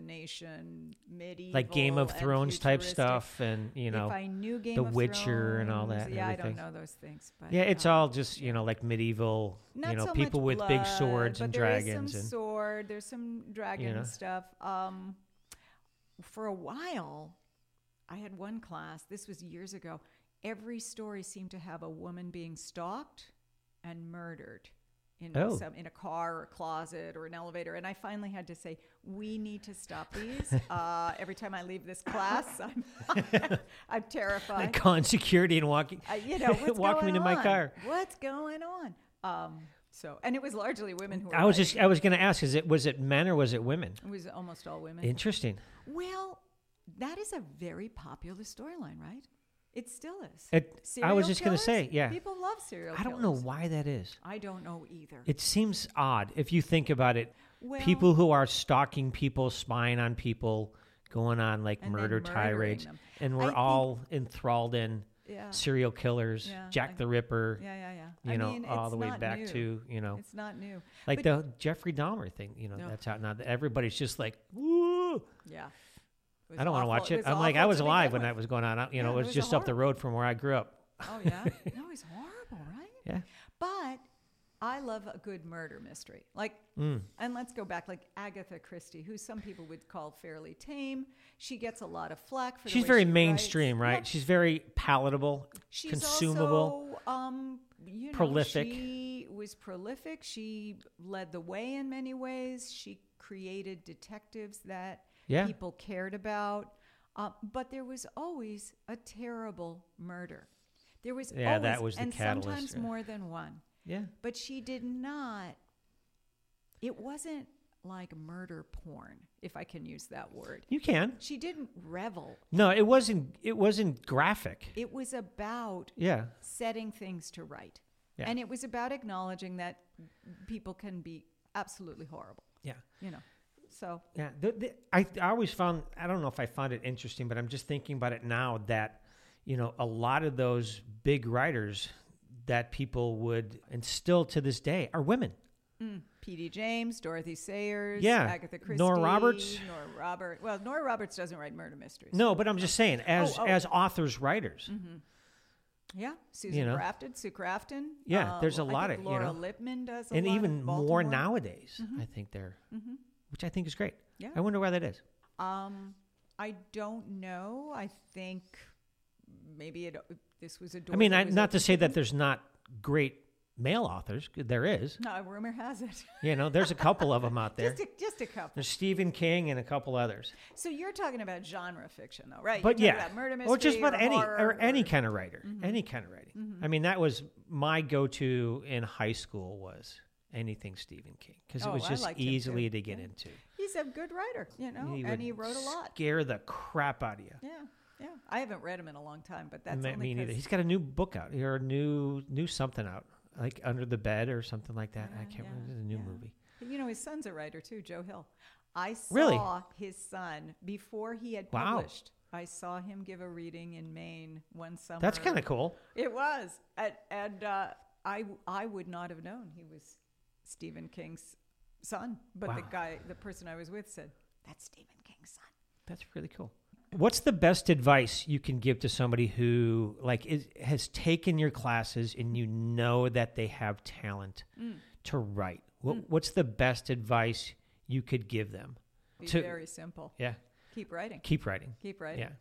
Speaker 2: combination medieval,
Speaker 1: like Game of
Speaker 2: and
Speaker 1: Thrones type
Speaker 2: futuristic.
Speaker 1: stuff? And you know,
Speaker 2: if I knew Game
Speaker 1: The
Speaker 2: of
Speaker 1: Witcher and all
Speaker 2: Thrones-
Speaker 1: that and
Speaker 2: Yeah, I
Speaker 1: everything.
Speaker 2: don't know those things, but
Speaker 1: yeah, it's
Speaker 2: um,
Speaker 1: all just you know like medieval,
Speaker 2: not
Speaker 1: you know,
Speaker 2: so
Speaker 1: people
Speaker 2: much
Speaker 1: with big
Speaker 2: blood,
Speaker 1: swords
Speaker 2: but
Speaker 1: and
Speaker 2: there is
Speaker 1: dragons
Speaker 2: some
Speaker 1: and
Speaker 2: sword. There's some dragon
Speaker 1: know.
Speaker 2: stuff. Um, for a while, I had one class. This was years ago. Every story seemed to have a woman being stalked and murdered in
Speaker 1: Oh.
Speaker 2: some in a car or a closet or an elevator. And I finally had to say, "We need to
Speaker 1: (laughs)
Speaker 2: stop these." uh, every time I leave this class, I'm (laughs)
Speaker 1: (laughs)
Speaker 2: I'm terrified.
Speaker 1: like calling security and walking.
Speaker 2: Uh,
Speaker 1: (laughs)
Speaker 2: you know, what's
Speaker 1: walk
Speaker 2: going
Speaker 1: me to my
Speaker 2: on?
Speaker 1: car.
Speaker 2: What's going on? Um, so, and it was largely women who. Were
Speaker 1: I was
Speaker 2: writing.
Speaker 1: just I was going to ask: is it was it men or was it women?
Speaker 2: It was almost all women.
Speaker 1: Interesting.
Speaker 2: well, that is a very popular storyline, right? It still is.
Speaker 1: It, I
Speaker 2: Serial
Speaker 1: was just going to
Speaker 2: killers?
Speaker 1: say, yeah.
Speaker 2: People love serial.
Speaker 1: I don't know
Speaker 2: killers.
Speaker 1: why that is.
Speaker 2: I don't know either.
Speaker 1: It seems odd if you think about it.
Speaker 2: Well-
Speaker 1: people who are stalking people, spying on people, going on like
Speaker 2: And then
Speaker 1: murder
Speaker 2: murdering
Speaker 1: tirades,
Speaker 2: them.
Speaker 1: and
Speaker 2: I
Speaker 1: we're
Speaker 2: think-
Speaker 1: all enthralled in
Speaker 2: yeah.
Speaker 1: serial killers,
Speaker 2: Yeah,
Speaker 1: Jack
Speaker 2: I-
Speaker 1: the Ripper,
Speaker 2: yeah, yeah, yeah.
Speaker 1: you
Speaker 2: I
Speaker 1: know,
Speaker 2: mean,
Speaker 1: all
Speaker 2: it's
Speaker 1: the way
Speaker 2: not
Speaker 1: back
Speaker 2: new.
Speaker 1: to you know,
Speaker 2: It's not new.
Speaker 1: like
Speaker 2: but-
Speaker 1: the Jeffrey Dahmer thing. You know,
Speaker 2: No.
Speaker 1: that's out now. that Everybody's just like, woo.
Speaker 2: Yeah. It was
Speaker 1: I don't want to
Speaker 2: awful.
Speaker 1: watch it.
Speaker 2: was
Speaker 1: I'm like,
Speaker 2: awful
Speaker 1: I was
Speaker 2: to begin
Speaker 1: alive when
Speaker 2: with.
Speaker 1: that was going on. I- You
Speaker 2: Yeah,
Speaker 1: know,
Speaker 2: it
Speaker 1: it was
Speaker 2: was a
Speaker 1: just up the
Speaker 2: horror-
Speaker 1: road from where I grew up.
Speaker 2: Oh yeah,
Speaker 1: (laughs)
Speaker 2: no, it's horrible, right?
Speaker 1: Yeah.
Speaker 2: But I love a good murder mystery. Like,
Speaker 1: Mm.
Speaker 2: and let's go back, like Agatha Christie, who some people would call fairly tame. She gets a lot of flack for.
Speaker 1: She's
Speaker 2: the way
Speaker 1: very
Speaker 2: she writes.
Speaker 1: mainstream, right?
Speaker 2: Yep.
Speaker 1: She's very palatable,
Speaker 2: She's
Speaker 1: consumable.
Speaker 2: Also, um, you know,
Speaker 1: prolific.
Speaker 2: She was prolific. She led the way in many ways. She created detectives that
Speaker 1: Yeah.
Speaker 2: people cared about. Uh, but there was always a terrible murder. There was
Speaker 1: Yeah,
Speaker 2: always,
Speaker 1: that was the
Speaker 2: and
Speaker 1: catalyst,
Speaker 2: sometimes
Speaker 1: yeah.
Speaker 2: more than one.
Speaker 1: yeah.
Speaker 2: But she did not. It wasn't like murder porn, if I can use that word.
Speaker 1: You can.
Speaker 2: She didn't revel.
Speaker 1: No, it wasn't. It wasn't graphic.
Speaker 2: It was about
Speaker 1: Yeah,
Speaker 2: setting things to right.
Speaker 1: Yeah.
Speaker 2: And it was about acknowledging that people can be absolutely horrible,
Speaker 1: yeah,
Speaker 2: you know. So,
Speaker 1: yeah. The, the, I, I always found. I don't know if I found it interesting, but I'm just thinking about it now that you know a lot of those big writers that people would and still to this day are women.
Speaker 2: P.D. James, Dorothy Sayers,
Speaker 1: Yeah.
Speaker 2: Agatha Christie,
Speaker 1: Nora Roberts.
Speaker 2: Nora Robert. Well, Nora Roberts doesn't write murder mysteries.
Speaker 1: No, but I'm just saying as
Speaker 2: Oh, oh.
Speaker 1: as authors writers.
Speaker 2: Yeah, Susan
Speaker 1: You know.
Speaker 2: Crafton, Sue Crafton.
Speaker 1: Yeah, there's a
Speaker 2: I
Speaker 1: lot
Speaker 2: think
Speaker 1: of- you
Speaker 2: Laura
Speaker 1: know.
Speaker 2: Lipman does, Mm-hmm. a
Speaker 1: and
Speaker 2: lot in
Speaker 1: even more
Speaker 2: Baltimore. Mm-hmm.
Speaker 1: nowadays. I think they're, which I think is great.
Speaker 2: Yeah.
Speaker 1: I wonder why that is.
Speaker 2: Um, I don't know. I think maybe it. This was a door.
Speaker 1: I mean,
Speaker 2: that
Speaker 1: I,
Speaker 2: was
Speaker 1: not
Speaker 2: open
Speaker 1: to say that
Speaker 2: them.
Speaker 1: there's not great male authors. 'cause There is.
Speaker 2: No, rumor has it. (laughs)
Speaker 1: You know, there's a couple of them out there.
Speaker 2: just a, just a couple.
Speaker 1: There's Stephen King and a couple others.
Speaker 2: So you're talking about genre fiction, though, right?
Speaker 1: But
Speaker 2: You're talking
Speaker 1: yeah,
Speaker 2: about murder mystery,
Speaker 1: or just about any
Speaker 2: horror, Mm-hmm.
Speaker 1: or any kind of writer, any kind of writing. I mean, that was my go-to in high school was anything Stephen King because it
Speaker 2: Oh,
Speaker 1: was
Speaker 2: I
Speaker 1: just
Speaker 2: liked him too.
Speaker 1: easily to get into.
Speaker 2: He's a good writer, you know,
Speaker 1: He
Speaker 2: and
Speaker 1: would
Speaker 2: he wrote a lot.
Speaker 1: Scare the crap out of you.
Speaker 2: Yeah, yeah. I haven't read him in a long time, but that's
Speaker 1: Me,
Speaker 2: only
Speaker 1: me neither.
Speaker 2: 'cause-
Speaker 1: He's got a new book out or a new new something out, like Under the Bed or something like that. I can't
Speaker 2: yeah,
Speaker 1: remember. It's a new
Speaker 2: yeah.
Speaker 1: movie.
Speaker 2: You know, his son's a writer too, Joe Hill. I saw
Speaker 1: Really?
Speaker 2: his son before he had
Speaker 1: Wow.
Speaker 2: published. I saw him give a reading in Maine one summer.
Speaker 1: That's kind of cool.
Speaker 2: It was, and, and uh, I I would not have known he was Stephen King's son, but the
Speaker 1: Wow.
Speaker 2: guy, the person I was with, said that's Stephen King's son.
Speaker 1: That's really cool. What's the best advice you can give to somebody who like is, has taken your classes and you know that they have talent to write? What, What's the best advice you could give them?
Speaker 2: Be
Speaker 1: To-
Speaker 2: very simple.
Speaker 1: Yeah,
Speaker 2: Keep writing.
Speaker 1: keep writing.
Speaker 2: Keep writing.
Speaker 1: Yeah.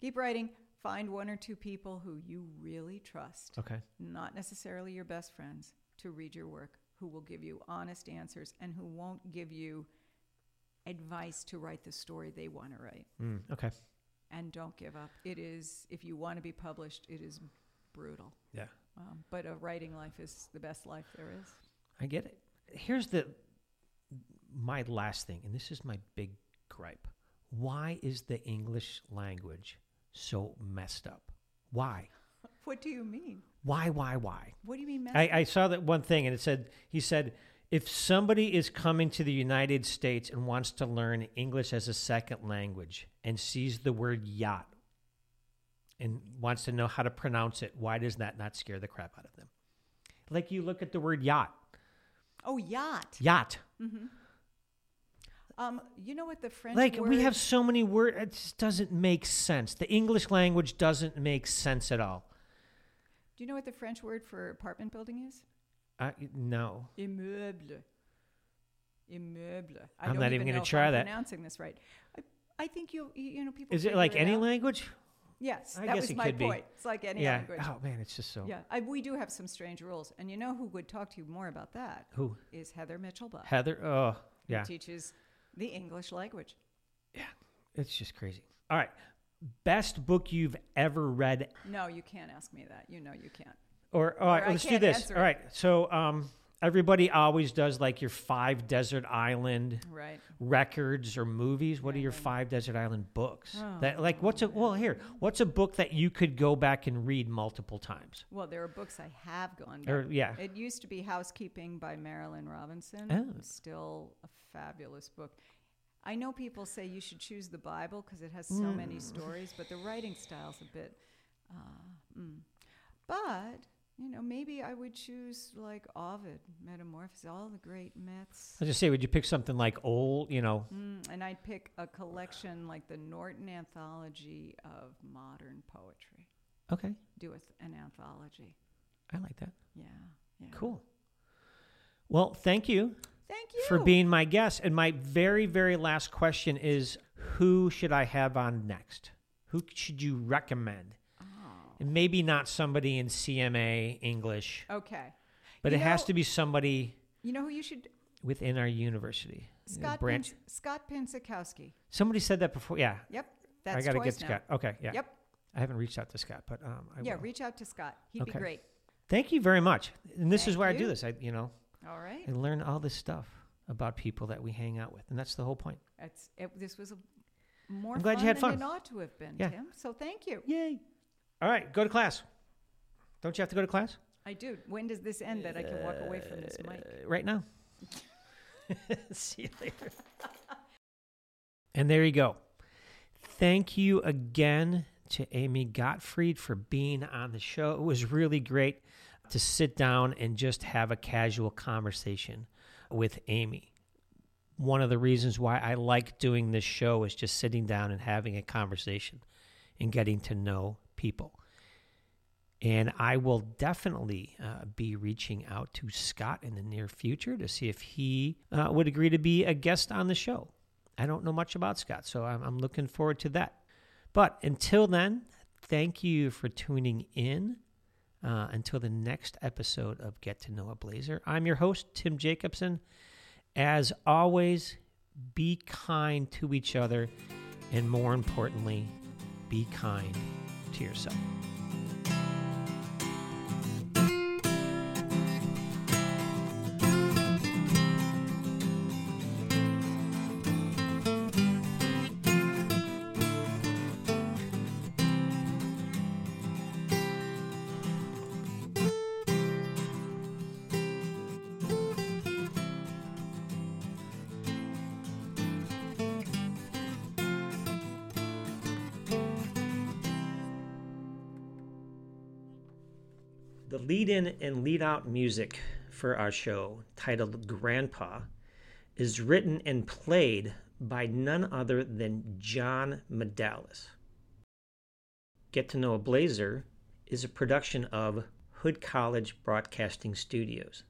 Speaker 2: Keep writing. Find one or two people who you really trust,
Speaker 1: Okay.
Speaker 2: not necessarily your best friends, to read your work, who will give you honest answers and who won't give you advice to write the story they want to write.
Speaker 1: Mm, okay.
Speaker 2: And don't give up. It is, if you want to be published, it is brutal.
Speaker 1: Yeah.
Speaker 2: Um, but a writing life is the best life there is.
Speaker 1: I get it. Here's the my last thing, and this is my big gripe. Why is the English language so messed up? Why?
Speaker 2: What do you mean?
Speaker 1: Why? Why? Why?
Speaker 2: What do you mean? mess-
Speaker 1: I, I saw that one thing, and it said he said if somebody is coming to the United States and wants to learn English as a second language and sees the word yacht and wants to know how to pronounce it, why does that not scare the crap out of them? Like you look at the word yacht,
Speaker 2: oh, yacht.
Speaker 1: yacht.
Speaker 2: Um, you know what the French
Speaker 1: like we
Speaker 2: word-
Speaker 1: have so many words it just doesn't make sense the english language doesn't make sense at all
Speaker 2: Do you know what the French word for apartment building is?
Speaker 1: I, no
Speaker 2: Immeuble. Immeuble. I
Speaker 1: I'm
Speaker 2: don't
Speaker 1: not even
Speaker 2: going
Speaker 1: gonna
Speaker 2: to
Speaker 1: try
Speaker 2: I'm
Speaker 1: that.
Speaker 2: Pronouncing this right. I, I think you you you know people.
Speaker 1: is it
Speaker 2: figure
Speaker 1: like any
Speaker 2: out.
Speaker 1: language
Speaker 2: Yes,
Speaker 1: I
Speaker 2: that
Speaker 1: guess
Speaker 2: was
Speaker 1: it
Speaker 2: my
Speaker 1: could be.
Speaker 2: point. It's like any
Speaker 1: yeah
Speaker 2: language.
Speaker 1: oh man it's just so
Speaker 2: Yeah, I, we do have some strange rules, and you know who would talk to you more about that
Speaker 1: who
Speaker 2: is Heather Mitchell Buck,
Speaker 1: heather oh
Speaker 2: who
Speaker 1: yeah
Speaker 2: teaches the English language.
Speaker 1: it's just crazy all right best book you've ever read
Speaker 2: No, you can't ask me that. You know you can't.
Speaker 1: or all right
Speaker 2: I
Speaker 1: let's do
Speaker 2: can't
Speaker 1: this
Speaker 2: answer
Speaker 1: all
Speaker 2: it.
Speaker 1: right so um everybody always does like your five desert island
Speaker 2: Right.
Speaker 1: records or movies what are your five desert island books
Speaker 2: Oh,
Speaker 1: that like what's a well here what's a book that you could go back and read multiple times
Speaker 2: Well, there are books I have gone back
Speaker 1: or yeah
Speaker 2: It used to be Housekeeping by Marilyn Robinson.
Speaker 1: Oh.
Speaker 2: Still a fabulous book. I know people say you should choose the Bible because it has so
Speaker 1: Mm.
Speaker 2: many stories, but the writing style's a bit. Uh, mm. But, you know, maybe I would choose like Ovid, Metamorphosis, all the great myths.
Speaker 1: I was just say, would you pick something like old, you know?
Speaker 2: Mm, and I'd pick a collection like the Norton Anthology of Modern Poetry.
Speaker 1: Okay,
Speaker 2: Do a th- an anthology.
Speaker 1: I like that.
Speaker 2: Yeah. yeah.
Speaker 1: Cool. Well, thank you
Speaker 2: Thank you.
Speaker 1: for being my guest. And my very, very last question is who should I have on next? Who should you recommend?
Speaker 2: Oh.
Speaker 1: And maybe not somebody in CMA English,
Speaker 2: Okay.
Speaker 1: but
Speaker 2: You
Speaker 1: it has
Speaker 2: know-
Speaker 1: to be somebody
Speaker 2: You know who you should
Speaker 1: within our university. you know,
Speaker 2: Scott
Speaker 1: branch.
Speaker 2: Pins- Scott Pinsikowski.
Speaker 1: Somebody said that before. Yeah.
Speaker 2: Yep, that's
Speaker 1: I got to
Speaker 2: twice
Speaker 1: get
Speaker 2: now.
Speaker 1: Scott. Okay. Yeah.
Speaker 2: Yep.
Speaker 1: I haven't reached out to Scott, but um, I
Speaker 2: yeah,
Speaker 1: will.
Speaker 2: reach out to Scott. He'd
Speaker 1: Okay.
Speaker 2: be great.
Speaker 1: Thank you very much. And this is
Speaker 2: Thank
Speaker 1: why I do
Speaker 2: you.
Speaker 1: this. I, you know,
Speaker 2: All right.
Speaker 1: and learn all this stuff about people that we hang out with. And that's the whole point.
Speaker 2: It's, it, this was a more
Speaker 1: I'm glad you
Speaker 2: fun
Speaker 1: had
Speaker 2: than
Speaker 1: fun.
Speaker 2: it ought to have been,
Speaker 1: Yeah.
Speaker 2: Tim. So thank you.
Speaker 1: Yay. All right, go to class. Don't you have to go to class?
Speaker 2: I do. When does this end that I can walk away from this mic?
Speaker 1: Uh, right now. (laughs) See you
Speaker 2: (laughs)
Speaker 1: later. and there you go. Thank you again to Amy Gottfried for being on the show. It was really great to sit down and just have a casual conversation with Amy. One of the reasons why I like doing this show is just sitting down and having a conversation and getting to know people. And I will definitely uh, be reaching out to Scott in the near future to see if he uh, would agree to be a guest on the show. I don't know much about Scott, so I'm, I'm looking forward to that. But until then, thank you for tuning in. Uh, until the next episode of Get to Know a Blazer, I'm your host, Tim Jacobson. As always, be kind to each other, and more importantly, be kind to yourself. The lead in and lead out music for our show, titled Grandpa, is written and played by none other than John Medalis. Get to Know a Blazer is a production of Hood College Broadcasting Studios.